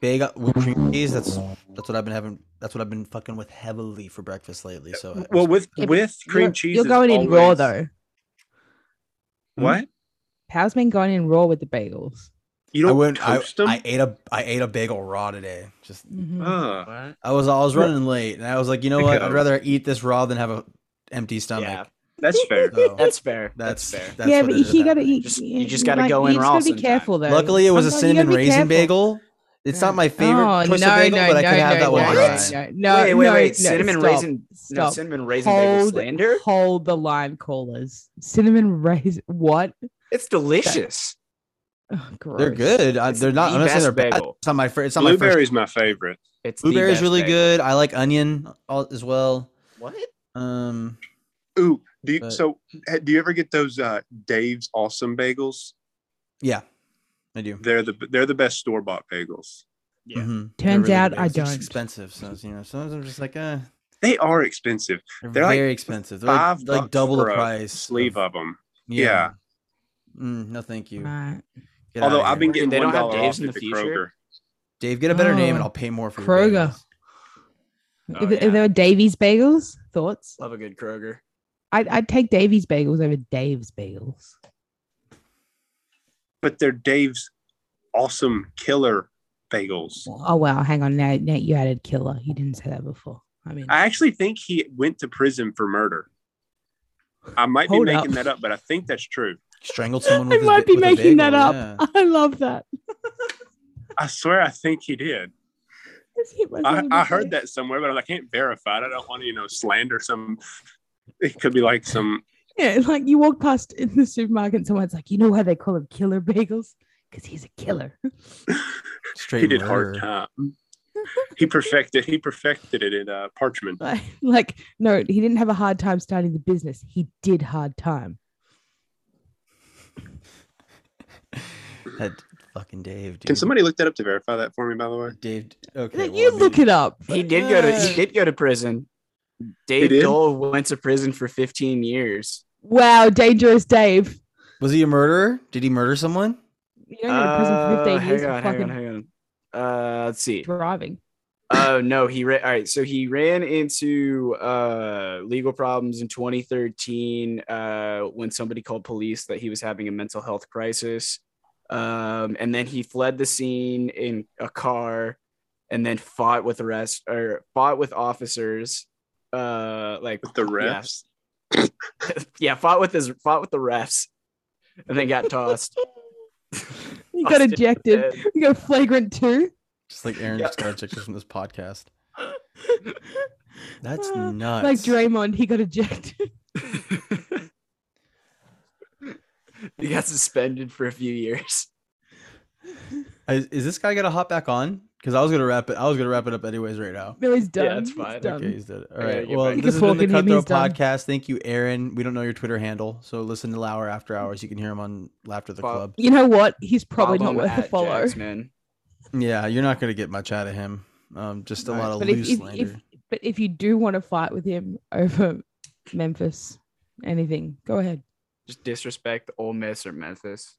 S1: Bagel with cream cheese. That's that's what I've been having. That's what I've been fucking with heavily for breakfast lately. So I-
S2: well, with
S4: Yeah, but
S2: with cream
S4: you're,
S2: cheese,
S4: You're
S2: is
S4: going in raw
S2: always-
S4: though.
S2: What?
S4: Pow's been going in raw with the bagels.
S2: You
S1: I
S2: don't
S1: went. I,
S2: toast them?
S1: I ate a I ate a bagel raw today. Just
S4: Mhm.
S2: Ah.
S3: What?
S1: I was I was running late, and I was like, you know what? I'd
S2: Okay.
S1: rather eat this raw than have a empty stomach.
S3: Yeah,
S2: that's
S1: (laughs)
S2: fair.
S1: So
S3: that's fair.
S1: that's
S3: That's, fair.
S1: that's
S4: yeah,
S1: what
S4: but
S1: it is
S4: you gotta
S1: happening.
S4: eat.
S3: Just- you just gotta go in
S4: you just
S3: raw
S4: gotta be
S3: sometime.
S4: careful though.
S1: Luckily, it was a
S4: Sometimes you
S1: cinnamon
S4: gotta be
S1: raisin
S4: careful.
S1: bagel. It's not my favorite
S4: oh,
S1: choice
S4: no,
S1: of bagel,
S4: no,
S1: but I
S4: no,
S1: could have
S4: no,
S1: that
S4: no,
S1: one.
S4: No,
S1: time.
S4: no, no,
S3: Wait, wait,
S4: no,
S3: wait,
S4: no,
S3: cinnamon
S4: stop,
S3: raisin-
S4: Stop.
S3: No, cinnamon raisin bagel
S4: hold,
S3: slander.
S4: hold the line, callers. Cinnamon raisin. What?
S3: It's delicious.
S4: Oh, gross.
S1: They're good. I,
S3: It's
S1: they're not.
S3: the
S1: I'm not saying
S3: best
S1: they're bad.
S3: bagel.
S1: It's not my first. It's not my first.
S2: Blueberry's my favorite.
S3: It's the
S1: Blueberry is
S3: best
S1: really
S3: bagel.
S1: good. I like onion al- as well.
S3: What?
S1: Um,
S2: Ooh, do you,
S1: But-
S2: so ha- do you ever get those uh, Dave's awesome bagels?
S1: yeah, I do.
S2: They're the they're the best store bought bagels.
S3: Yeah.
S1: Mhm. They're
S4: Turns
S1: really
S4: out
S1: good.
S4: I
S1: It's just
S4: don't.
S1: expensive, so it's, you know sometimes I'm just like, uh,
S2: They are expensive.
S1: they're,
S2: They're like
S1: very expensive. They're
S2: Five
S1: like, like
S2: bucks
S1: double the
S2: for a
S1: price.
S2: Sleeve
S1: of-
S2: of them.
S1: Yeah. Mm, no, thank you.
S4: Right.
S1: Get
S2: Although
S1: outta
S2: I've
S1: here.
S2: been
S3: Wait,
S2: getting
S3: they don't
S2: one
S3: have
S2: dollar
S3: Dave's
S2: off
S3: in
S2: at
S3: the
S2: the Kroger.
S3: future?
S1: Dave, get a better name, and
S4: Oh,
S1: I'll pay more for your
S4: Kroger.
S1: bagels.
S3: Oh,
S4: if,
S3: yeah.
S4: if there were Davies bagels, thoughts?
S3: Love a good Kroger.
S4: I'd, I'd take Davies bagels over Dave's bagels.
S2: But they're Dave's awesome killer bagels.
S4: Oh wow, hang on. Now, now you added killer. You didn't say that before. I mean,
S2: I actually think he went to prison for murder. I might
S4: Hold
S2: be
S4: up.
S2: making that up, but I think that's true.
S1: Strangled someone
S4: (laughs) I
S1: with his
S4: might
S1: ba-
S4: be
S1: with a
S4: making that
S1: bagel,
S4: up. (laughs)
S1: yeah.
S4: I love that.
S2: I swear I think he did.
S4: Let's hit my
S2: I,
S4: cinnamon
S2: I heard
S4: bagel.
S2: that somewhere, but I can't verify it. I don't want to, you know, slander some. It could be like some.
S4: (laughs) Yeah, it's like you walk past in the supermarket, and someone's like, "You know why they call him Killer Bagels? Because he's a killer." (laughs)
S1: Straight
S2: he did hard
S1: murder.
S2: time. He perfected. He perfected it in uh, parchment.
S4: like, like, no, he didn't have a hard time starting the business. He did hard time.
S1: That fucking Dave. Dude.
S2: Can somebody look that up to verify that for me? By the way,
S1: Dave. Okay.
S4: Like,
S1: well,
S4: you
S1: I
S4: look
S1: mean,
S4: it up.
S3: He did go to he
S1: Yeah.
S3: did go to prison. Dave
S2: did?
S3: Dole went to prison for 15 years.
S4: Wow, dangerous Dave.
S1: Was he a murderer? Did he murder someone?
S4: You don't go to prison for
S3: Uh,
S4: 15
S3: hang
S4: years for
S3: on, hang on,
S4: fucking
S3: hang on. Uh, let's see.
S4: driving.
S3: Oh no, he ran. All right, so he ran into uh, legal problems in 2013 uh, when somebody called police that he was having a mental health crisis, um, and then he fled the scene in a car, and then fought with arrest or fought with officers, uh, like
S2: with the
S3: yeah.
S2: refs.
S3: yeah, fought with his fought with the refs, and then got tossed.
S4: (laughs) He got
S3: Austin
S4: ejected. He got flagrant two.
S1: Just like Aaron
S3: Yeah.
S1: just got ejected from this
S4: (laughs)
S1: podcast. That's
S4: Uh,
S1: nuts.
S4: Like Draymond, he got ejected.
S3: (laughs)
S4: (laughs)
S3: he got suspended for a few years.
S1: is, is this guy gonna hop back on? Because I was gonna wrap it. I was gonna wrap it up anyways right now.
S4: No, he's done.
S3: Yeah, it's
S4: He's
S3: fine.
S4: done.
S1: Okay, he's dead. All
S3: I gotta
S1: right.
S3: get
S1: Well,
S3: back.
S1: this has been the
S4: Keep walking him, he's
S1: Cutthroat
S4: done.
S1: Podcast. Thank you, Aaron. We don't know your Twitter handle, so listen to Lauer After Hours. You can hear him on Laughter the
S3: Fo-
S1: Club.
S4: You know what? He's probably
S3: Follow
S4: not worth a
S3: at
S4: follow.
S3: Jax, man.
S1: Yeah, you're not gonna get much out of him. Um, just a
S3: Right.
S1: lot of
S4: But if,
S1: loose
S4: if,
S1: slander.
S4: if but if you do want to fight with him over Memphis, anything, go ahead.
S3: Just disrespect Ole Miss or Memphis.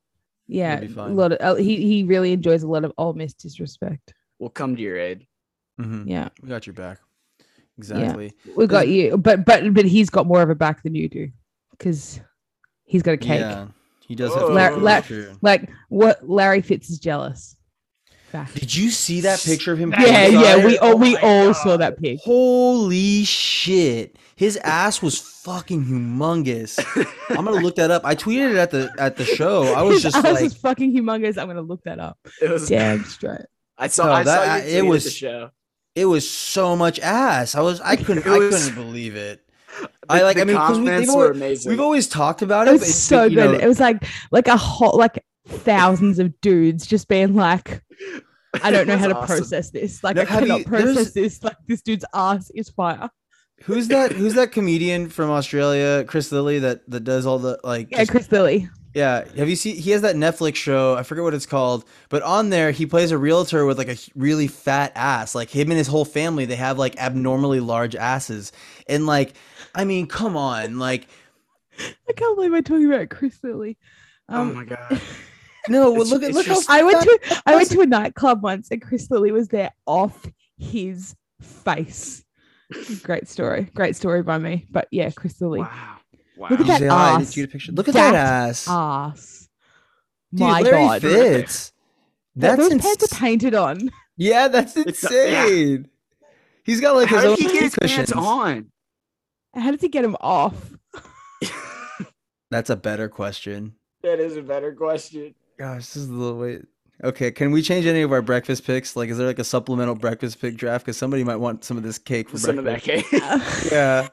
S4: Yeah,
S1: be
S4: a
S1: fine.
S4: lot of uh, he he really enjoys a lot of Ole Miss disrespect.
S3: We'll come to your aid.
S1: Mhm.
S4: Yeah,
S1: We got your back. Exactly.
S4: we got you, but but but he's got more of a back than you do, because he's got a cake.
S1: Yeah, he does have.
S3: Oh.
S1: La-
S4: La- la- Like what Larry Fitz is jealous. Back.
S1: Did you see that picture of him?
S4: Yeah, yeah, we
S1: all.
S4: all we
S3: my
S4: all
S3: God.
S4: saw that pic.
S1: Holy shit. His ass was fucking humongous. I'm gonna look that up. I tweeted it at the at the show. Oh, I
S4: (laughs)
S1: was
S4: His
S1: just
S4: ass
S1: like
S4: was fucking humongous. I'm gonna look that up.
S3: It was
S4: Damn straight.
S3: I saw
S1: No,
S3: I
S1: that-
S3: saw
S1: I-
S3: you
S1: it
S3: tweet at
S1: was-
S3: the show.
S1: it was so much ass. I was I couldn't I
S3: It was-
S1: couldn't believe it. I like
S3: the
S1: I mean 'cause we,
S3: comments
S1: they've
S3: were
S1: always,
S3: amazing.
S1: we've always talked about
S4: It
S1: it. but
S4: was
S1: it's
S4: so
S1: been, you know,
S4: good. It was like like a whole like thousands of dudes just being like, I don't know
S3: It (laughs)
S4: how
S3: was
S4: to
S3: awesome.
S4: process this. Like
S1: No,
S4: I
S1: have
S4: cannot
S1: you- there's-
S4: process this. Like this dude's ass is fire.
S1: who's that who's that comedian from Australia, Chris Lilly that that does all the like
S4: Yeah,
S1: just
S4: Chris Lilly.
S1: Yeah, have you seen? He has that Netflix show. I forget what it's called, but on there he plays a realtor with like a h- really fat ass. Like him and his whole family, they have like abnormally large asses. And like, I mean, come on, like
S4: I can't believe I'm talking about Chris Lilly.
S3: oh
S4: Um,
S3: my god.
S1: no, well,
S3: It's-
S1: look at
S3: it's
S1: look
S3: just-
S1: how
S4: I went
S1: fat-
S4: to I went to a nightclub once, and Chris Lilly was there off his face. Great story, great story by me. But yeah, Chris Lilly
S3: Wow. Wow.
S4: Look at that
S1: Jay, I need
S4: ass.
S1: you to picture- Look at that,
S4: That
S1: ass.
S4: ass. Oh
S1: Dude,
S4: my
S1: Larry
S4: God,
S1: Fitz.
S4: That-
S1: That's
S4: those pants are
S1: insane.
S4: painted on.
S1: Yeah, that's
S3: It's not- yeah.
S1: insane. He's got like his
S3: How
S1: own
S3: did he get his
S1: cushions.
S3: pants on?
S4: How did he get them off?
S1: That's a better question.
S3: (laughs) that is a better question.
S1: Gosh, this is a little wait. Okay, can we change any of our breakfast picks? Like, is there like a supplemental breakfast pick draft? Because somebody might want some of this cake for
S3: Some of that
S1: breakfast.
S3: cake. (laughs)
S1: Yeah.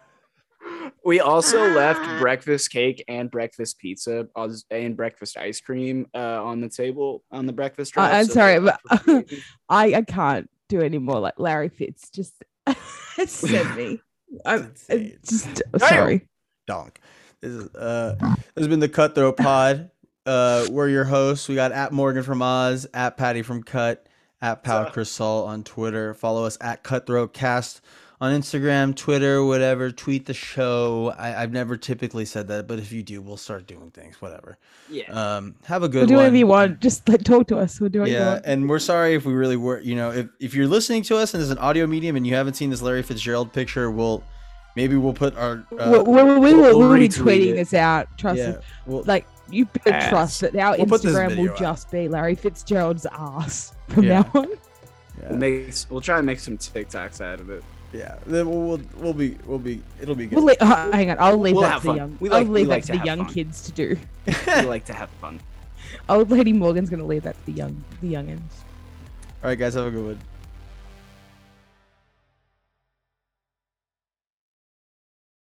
S3: we also
S4: Ah.
S3: left breakfast cake and breakfast pizza as- and breakfast ice cream uh, on the table on the breakfast
S4: I-
S3: drive.
S4: Uh, I'm
S3: so
S4: sorry,
S3: they're
S4: (laughs) but-
S3: appropriated.
S4: I, I can't do any more like Larry Fitz just (laughs) sent me. I'm,
S1: That's
S4: I'm
S1: insane.
S4: just
S3: Damn.
S4: sorry.
S1: Donk. This is uh this has been the Cutthroat Pod. Uh we're your hosts. We got at Morgan from Oz, at Patty from Cut, at Pal
S3: up?
S1: Crisol on Twitter. Follow us at Cutthroat Cast on Instagram, Twitter, whatever. Tweet the show. I, I've never typically said that, but if you do, we'll start doing things. Whatever.
S3: yeah.
S1: Um have a good
S4: We'll do
S1: one.
S4: whatever you want. Just like talk to us. We'll do whatever you
S1: Yeah,
S4: want.
S1: and we're sorry if we really were. You know, if, if you're listening to us and there's an audio medium and you haven't seen this Larry Fitzgerald picture, we'll maybe we'll put our
S4: we,
S1: uh,
S4: we, we, we,
S3: we'll-
S4: will- we
S3: we'll
S4: will be
S3: retweet
S4: tweeting
S3: it.
S4: this out. Trust
S1: yeah,
S4: us.
S1: we'll,
S4: Like you better
S3: Ass.
S4: trust that our
S1: We'll put this
S4: Instagram will
S1: video out.
S4: just be Larry Fitzgerald's ass from
S1: Yeah.
S4: now on.
S1: yeah.
S3: We'll, make, we'll try and make some TikToks out of it.
S1: Yeah, then we'll we'll, we'll be we'll be it'll be good.
S4: We'll le- uh, hang on. I'll leave
S3: We'll
S4: that
S3: have
S4: to the
S3: fun.
S4: young.
S3: We like-
S4: I'll
S3: we
S4: leave
S3: like
S4: that
S3: to
S4: to the
S3: have
S4: young
S3: fun.
S4: kids to do. (laughs)
S3: We like to have fun.
S4: Old lady Morgan's gonna leave that to the young the youngins.
S1: All right, guys, have a good one.